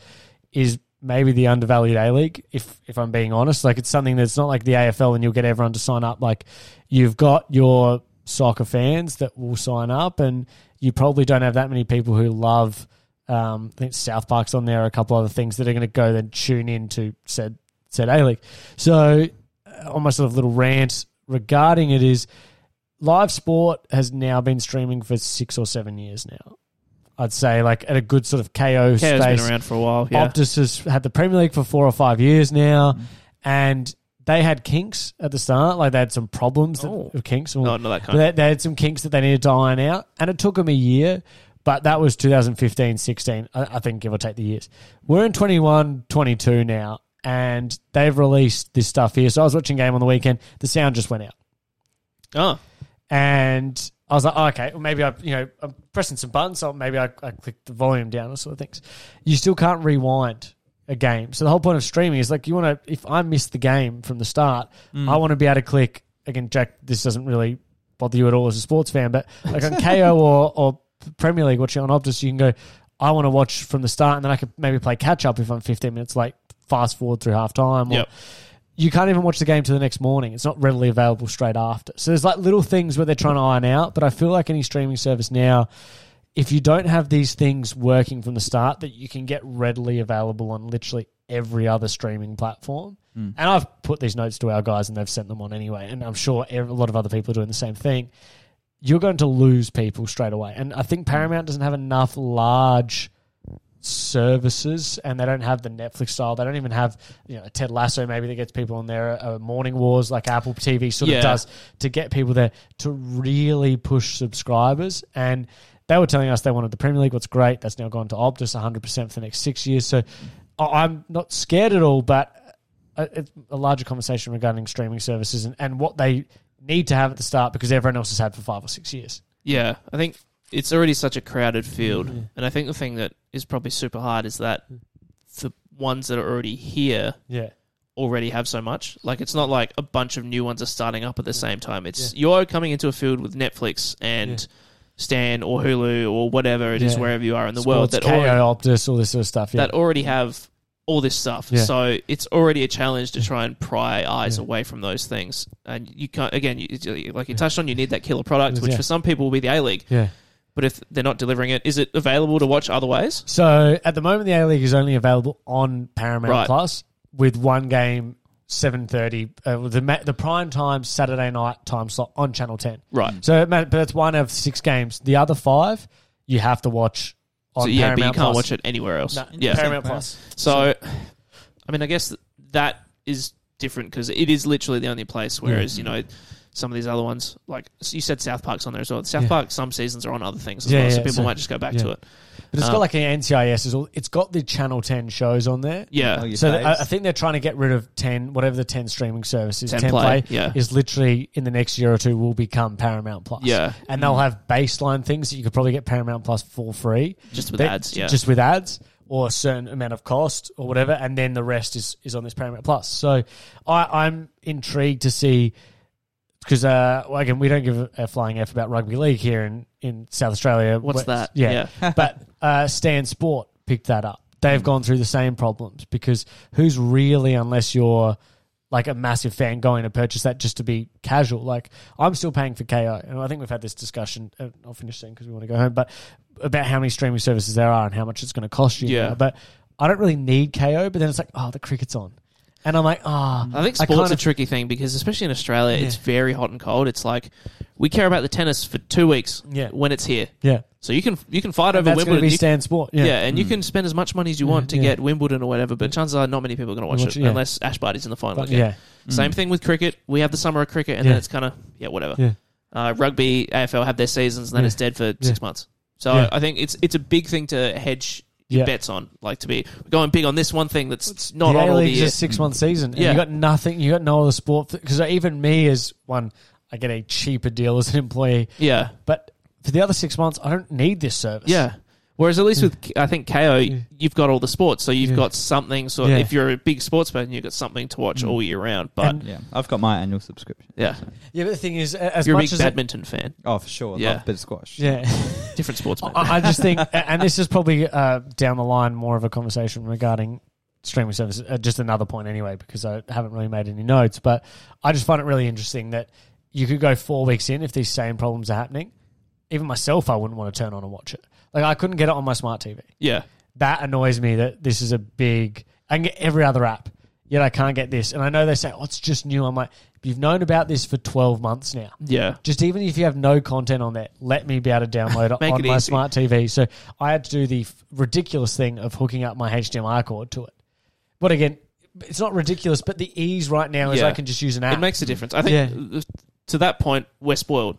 is maybe the undervalued A League. If if I'm being honest, like it's something that's not like the AFL, and you'll get everyone to sign up. Like you've got your soccer fans that will sign up, and you probably don't have that many people who love. Um, I think South Park's on there, a couple other things that are going to go then tune in to said said A League. So, uh, on my sort of little rant regarding it is live sport has now been streaming for six or seven years now. I'd say like at a good sort of KO KO's space. been around for a while. Yeah. Optus has had the Premier League for four or five years now, and they had kinks at the start. Like they had some problems that- Oh. with kinks. No, not that kind. They, they had some kinks that they needed to iron out, and it took them a year. But that was 2015, 16, I, I think, give or take the years. We're in 21, 22 now, and they've released this stuff here. So I was watching game on the weekend. The sound just went out oh, and I was like, oh, okay, well, maybe I, you know, I'm pressing some buttons, so maybe I, I click the volume down or sort of things. You still can't rewind a game. So the whole point of streaming is like you want to. If I miss the game from the start, I want to be able to click again. Jack, this doesn't really bother you at all as a sports fan, but like on KO or or Premier League watching on Optus, you can go. I want to watch from the start, and then I could maybe play catch up if I'm 15 minutes late. Fast forward through half time, or Yep. you can't even watch the game till the next morning. It's not readily available straight after. So there's like little things where they're trying to iron out. But I feel like any streaming service now, if you don't have these things working from the start, that you can get readily available on literally every other streaming platform. And I've put these notes to our guys, and they've sent them on anyway. And I'm sure ev- a lot of other people are doing the same thing. You're going to lose people straight away. And I think Paramount doesn't have enough large services and they don't have the Netflix style. They don't even have, you know, Ted Lasso maybe that gets people on there, uh, Morning Wars like Apple TV sort Yeah. of does to get people there to really push subscribers. And they were telling us they wanted the Premier League. What's great, that's now gone to Optus 100% for the next six years. So I- I'm not scared at all, but uh, it's a larger conversation regarding streaming services and, and what they need to have at the start because everyone else has had for five or six years. yeah. I think it's already such a crowded field, and I think the thing that is probably super hard is that the ones that are already here Yeah. already have so much. Like it's not like a bunch of new ones are starting up at the same time. It's you're coming into a field with Netflix and. Stan or Hulu or whatever it is, Yeah. wherever you are in the world, Sports, that KO, already, Optus, all this sort of stuff. Yeah. that already have all this stuff. Yeah. So it's already a challenge to try and pry eyes away from those things. And you can't, again, you, like you touched on, you need that killer product, which Yeah. for some people will be the A League. Yeah. But if they're not delivering it, is it available to watch other ways? So at the moment, the A League is only available on Paramount Right. Plus with one game, seven thirty, uh, the ma- the prime time Saturday night time slot on Channel Ten. Right. So it ma- but that's one of six games. The other five you have to watch on So, yeah, Paramount but you can't Plus. watch it anywhere else. No, yeah. Paramount Yeah. Plus. So, I mean, I guess th- that is different because it is literally the only place. Whereas, you know, some of these other ones, like so you said, South Park's on there as well. South Yeah. Park, some seasons are on other things as Yeah, well, so yeah, people so- might just go back yeah. to it. But it's Um, got like an NCIS. Is all, it's got the Channel Ten shows on there. Yeah, Oh, your So I, faves. I think they're trying to get rid of ten, whatever the ten streaming service is. 10 Ten, Play, play, yeah. is literally in the next year or two will become Paramount Plus. Yeah. and they'll have baseline things that you could probably get Paramount Plus for free, just with They- ads. Yeah, just with ads or a certain amount of cost or whatever, and then the rest is is on this Paramount Plus. So I, I'm intrigued to see because uh, well, again, we don't give a flying f about rugby league here in in South Australia. what's Where- that? Yeah, (laughs) but uh, Stan Sport picked that up. They've gone through the same problems because who's really, unless you're like a massive fan, going to purchase that just to be casual? Like I'm still paying for KO, and I think we've had this discussion. uh, I'll finish soon because we want to go home, but about how many streaming services there are and how much it's going to cost you. Yeah. now. but I don't really need KO. But then it's like, oh, the cricket's on, and I'm like, ah, I think I sports kind a of- tricky thing because especially in Australia, it's very hot and cold. It's like we care about the tennis for two weeks Yeah. when it's here, yeah, so you can you can fight and over that's going to Wimbledon. be you- Stan Sport. yeah. Yeah, Mm. and you can spend as much money as you want to yeah. get Wimbledon or whatever, but chances are not many people are going to watch, Watch it, it, yeah. unless Ash Barty's in the final But- again. yeah. Same thing with cricket. We have the summer of cricket, and Mm. Yeah. then it's kind of yeah, whatever. Yeah. Uh, rugby, AFL have their seasons, and then Yeah. it's dead for six months. So Yeah. I think it's it's a big thing to hedge your Yeah. bets on, like to be going big on this one thing that's not the on all the A-League's year. Mm. a six month season. And Yeah. you got nothing. You got no other sport because even me as one, I get a cheaper deal as an employee. yeah, But for the other six months, I don't need this service. yeah. Whereas at least with I think KO, you've got all the sports, so you've Yeah. got something. So Yeah. Mm. if you're a big sports fan, you've got something to watch all year round. But And- Yeah, I've got my annual subscription. yeah, yeah. But the thing is, a- as if you're a much big as badminton fan, Oh, for sure. Yeah. Love a bit of squash. yeah. (laughs) different sports man. I I just think, and this is probably uh, down the line more of a conversation regarding streaming services. Uh, just another point, anyway, because I haven't really made any notes. But I just find it really interesting that you could go four weeks in if these same problems are happening. Even myself, I wouldn't want to turn on and watch it. Like I couldn't get it on my smart TV. yeah, That annoys me. That this is a big. I can get every other app, yet I can't get this. And I know they say, "Oh, it's just new." I'm like, you've known about this for twelve months now yeah. just even if you have no content on that, let me be able to (laughs) download it Make on it my easy. smart TV. So I had to do the f- ridiculous thing of hooking up my HDMI cord to it. But again, it's not ridiculous, but the ease right now is Yeah. I can just use an app. It makes a difference. I think th- to that point, we're spoiled.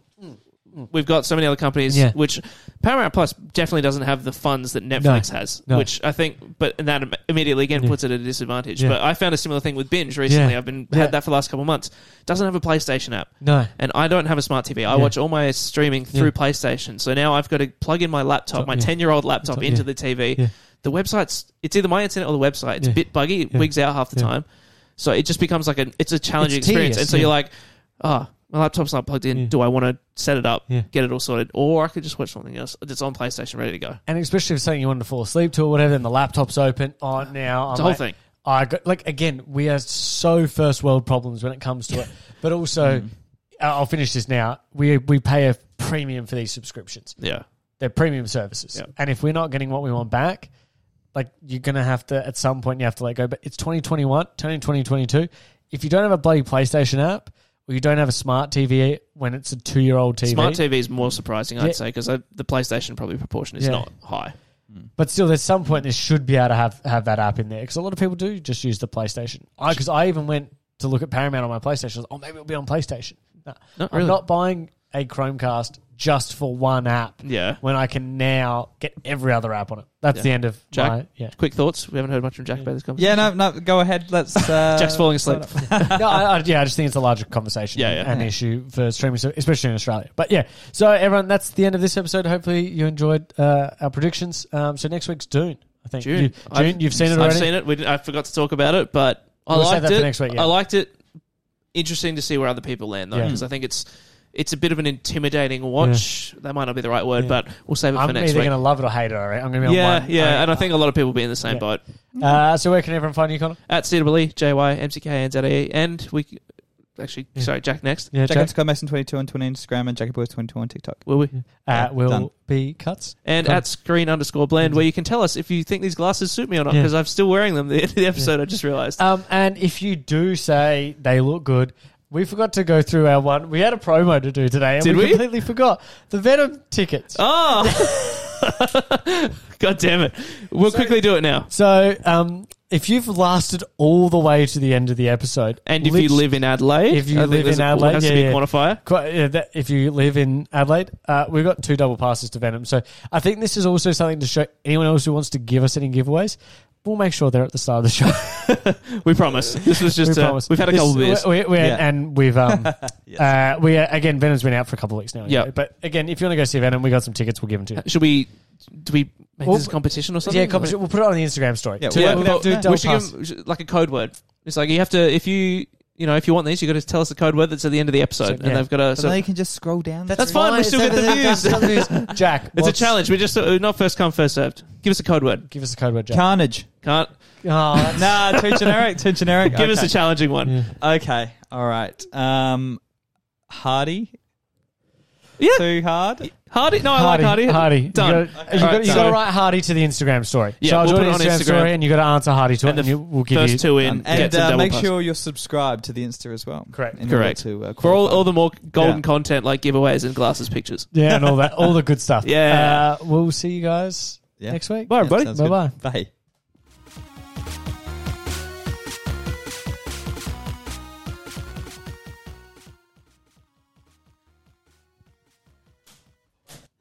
We've got so many other companies, Yeah. which Paramount Plus definitely doesn't have the funds that Netflix has, No. which I think, but and that im- immediately again puts it at a disadvantage. Yeah. But I found a similar thing with Binge recently. Yeah. I've been Yeah. had that for the last couple of months. Doesn't have a PlayStation app. no. And I don't have a smart TV. I watch all my streaming through PlayStation. So now I've got to plug in my laptop, my yeah. ten-year-old laptop, Laptop, into yeah. the TV. Yeah. The website's it's either my internet or the website. It's a Yeah. bit buggy. It Yeah. wigs out half the Yeah. time. So it just becomes like an it's a challenging It's experience. tedious, and so yeah. you're like, oh, my laptop's not plugged in. Yeah. Do I want to set it up, Yeah. get it all sorted, or I could just watch something else that's on PlayStation, ready to go. And especially if something you wanted to fall asleep to or whatever, and the laptop's open. Oh, now I'm It's the whole like- thing. I got like again, we are so first world problems when it comes to it. But also, I- I'll finish this now. We we pay a premium for these subscriptions. Yeah, they're premium services. Yep. And if we're not getting what we want back, like you're gonna have to at some point you have to let go. But it's 2021, turning 2022. If you don't have a bloody PlayStation app or you don't have a smart TV when it's a two year old TV, smart TV is more surprising, I'd Yeah. say, because the PlayStation probably proportion is Yeah. not high. but still, there's some point they should be able to have have that app in there because a lot of people do just use the PlayStation. I because I even went to look at Paramount on my PlayStation. I was, oh, maybe it'll be on PlayStation. No, Not I'm really. not buying a Chromecast just for one app. Yeah. When I can now get every other app on it. That's Yeah. the end of Jack? my yeah. (laughs) Quick thoughts. We haven't heard much from Jack about this conversation. Yeah, no, no. Go ahead. Let's. Uh, Jack's falling asleep. no, I, I, yeah, I just think it's a larger conversation Yeah, yeah. and issue for streaming, so- especially in Australia. But yeah, so everyone, that's the end of this episode. Hopefully, you enjoyed uh, our predictions. Um, so next week's Dune, I think. June. You, I've- June you've seen it I've already. seen it. We didn't, I forgot to talk about it, but I We'll save liked that for it. next week, yeah. I liked it. Interesting to see where other people land though, Yeah. because I think it's it's a bit of an intimidating watch. That might not be the right word, Yeah. but we'll save it I'm for either next week. going to love it or hate it. All right, I'm going to be on Yeah, one. yeah, and I Uh, think a lot of people will be in the same Yeah. boat. Uh, so where can everyone find you, Connor? At E, CWE, JY, MCK, NZAE, and we actually, Yeah. sorry, Jack next. Yeah, Jack underscore Mason twenty two on Twitter, and Instagram, and Jackie Boys twenty two on TikTok. Will we? Uh, Yeah, will done. be cuts. And Cool. at screen underscore blend, where you can tell us if you think these glasses suit me or not, Yeah. because I'm still wearing them the end of the episode, I just realized. Um, and if you do say they look good, we forgot to go through our one. We had a promo to do today, and Did we? completely forgot the Venom tickets. (laughs) oh! (laughs) God damn it. We'll quickly do it now. So um, if you've lasted all the way to the end of the episode, And if lit- you live in Adelaide, If you I think live there's in a- Adelaide, has yeah, to be yeah. a quantifier. Quite, yeah, that, if you live in Adelaide, uh, we've got two double passes to Venom. So I think this is also something to show anyone else who wants to give us any giveaways. We'll make sure they're at the start of the show. We (laughs) promise. This was just, we we uh, promise. we've had a This- oh, couple of beers. We, we, we- Yeah. And we've, (laughs) um, uh, we again, Venom's been out for a couple of weeks now. Yeah. But again, if you want to go see Venom, we got some tickets. We'll give them to you. Should we, do we make Well, this a competition or something? Yeah, competition. We'll put it on the Instagram story. Yeah, Two- yeah, we'll we'll- do we double we should pass. give 'em sh- like a code word. It's like you have to, if you, you know, if you want these, you've got to tell us the code word that's at the end of the episode. yeah. And they've got to, So, so now you can just scroll down. That's through. fine, we still get the views. the (laughs) views. Jack, It's a what's- challenge. We just uh, not first come, first served. Give us a code word. Give us a code word, Jack. Carnage. Can't Oh, that's- Nah, too generic. Too generic. give us a challenging one. Yeah, Okay. All right. Um, Hardy. Too hard. Hardy. No, Hardy, I like Hardy. Hardy. You got Done. you All right, got to so- write Hardy to the Instagram story. Yeah, so I'll we'll do put an it on Instagram, Instagram. story, and you got to answer Hardy to And it, and the you, we'll give you First two in And gets a uh, double make pass. sure you're subscribed to the Insta as well. Correct. In order Correct. To, uh, for all, qualify. all the more golden Yeah. content like giveaways and glasses pictures. (laughs) yeah, and all that, all the good stuff. Yeah. uh, we'll see you guys Yeah. next week. Bye, everybody. sounds oh, Bye-bye. good. Bye.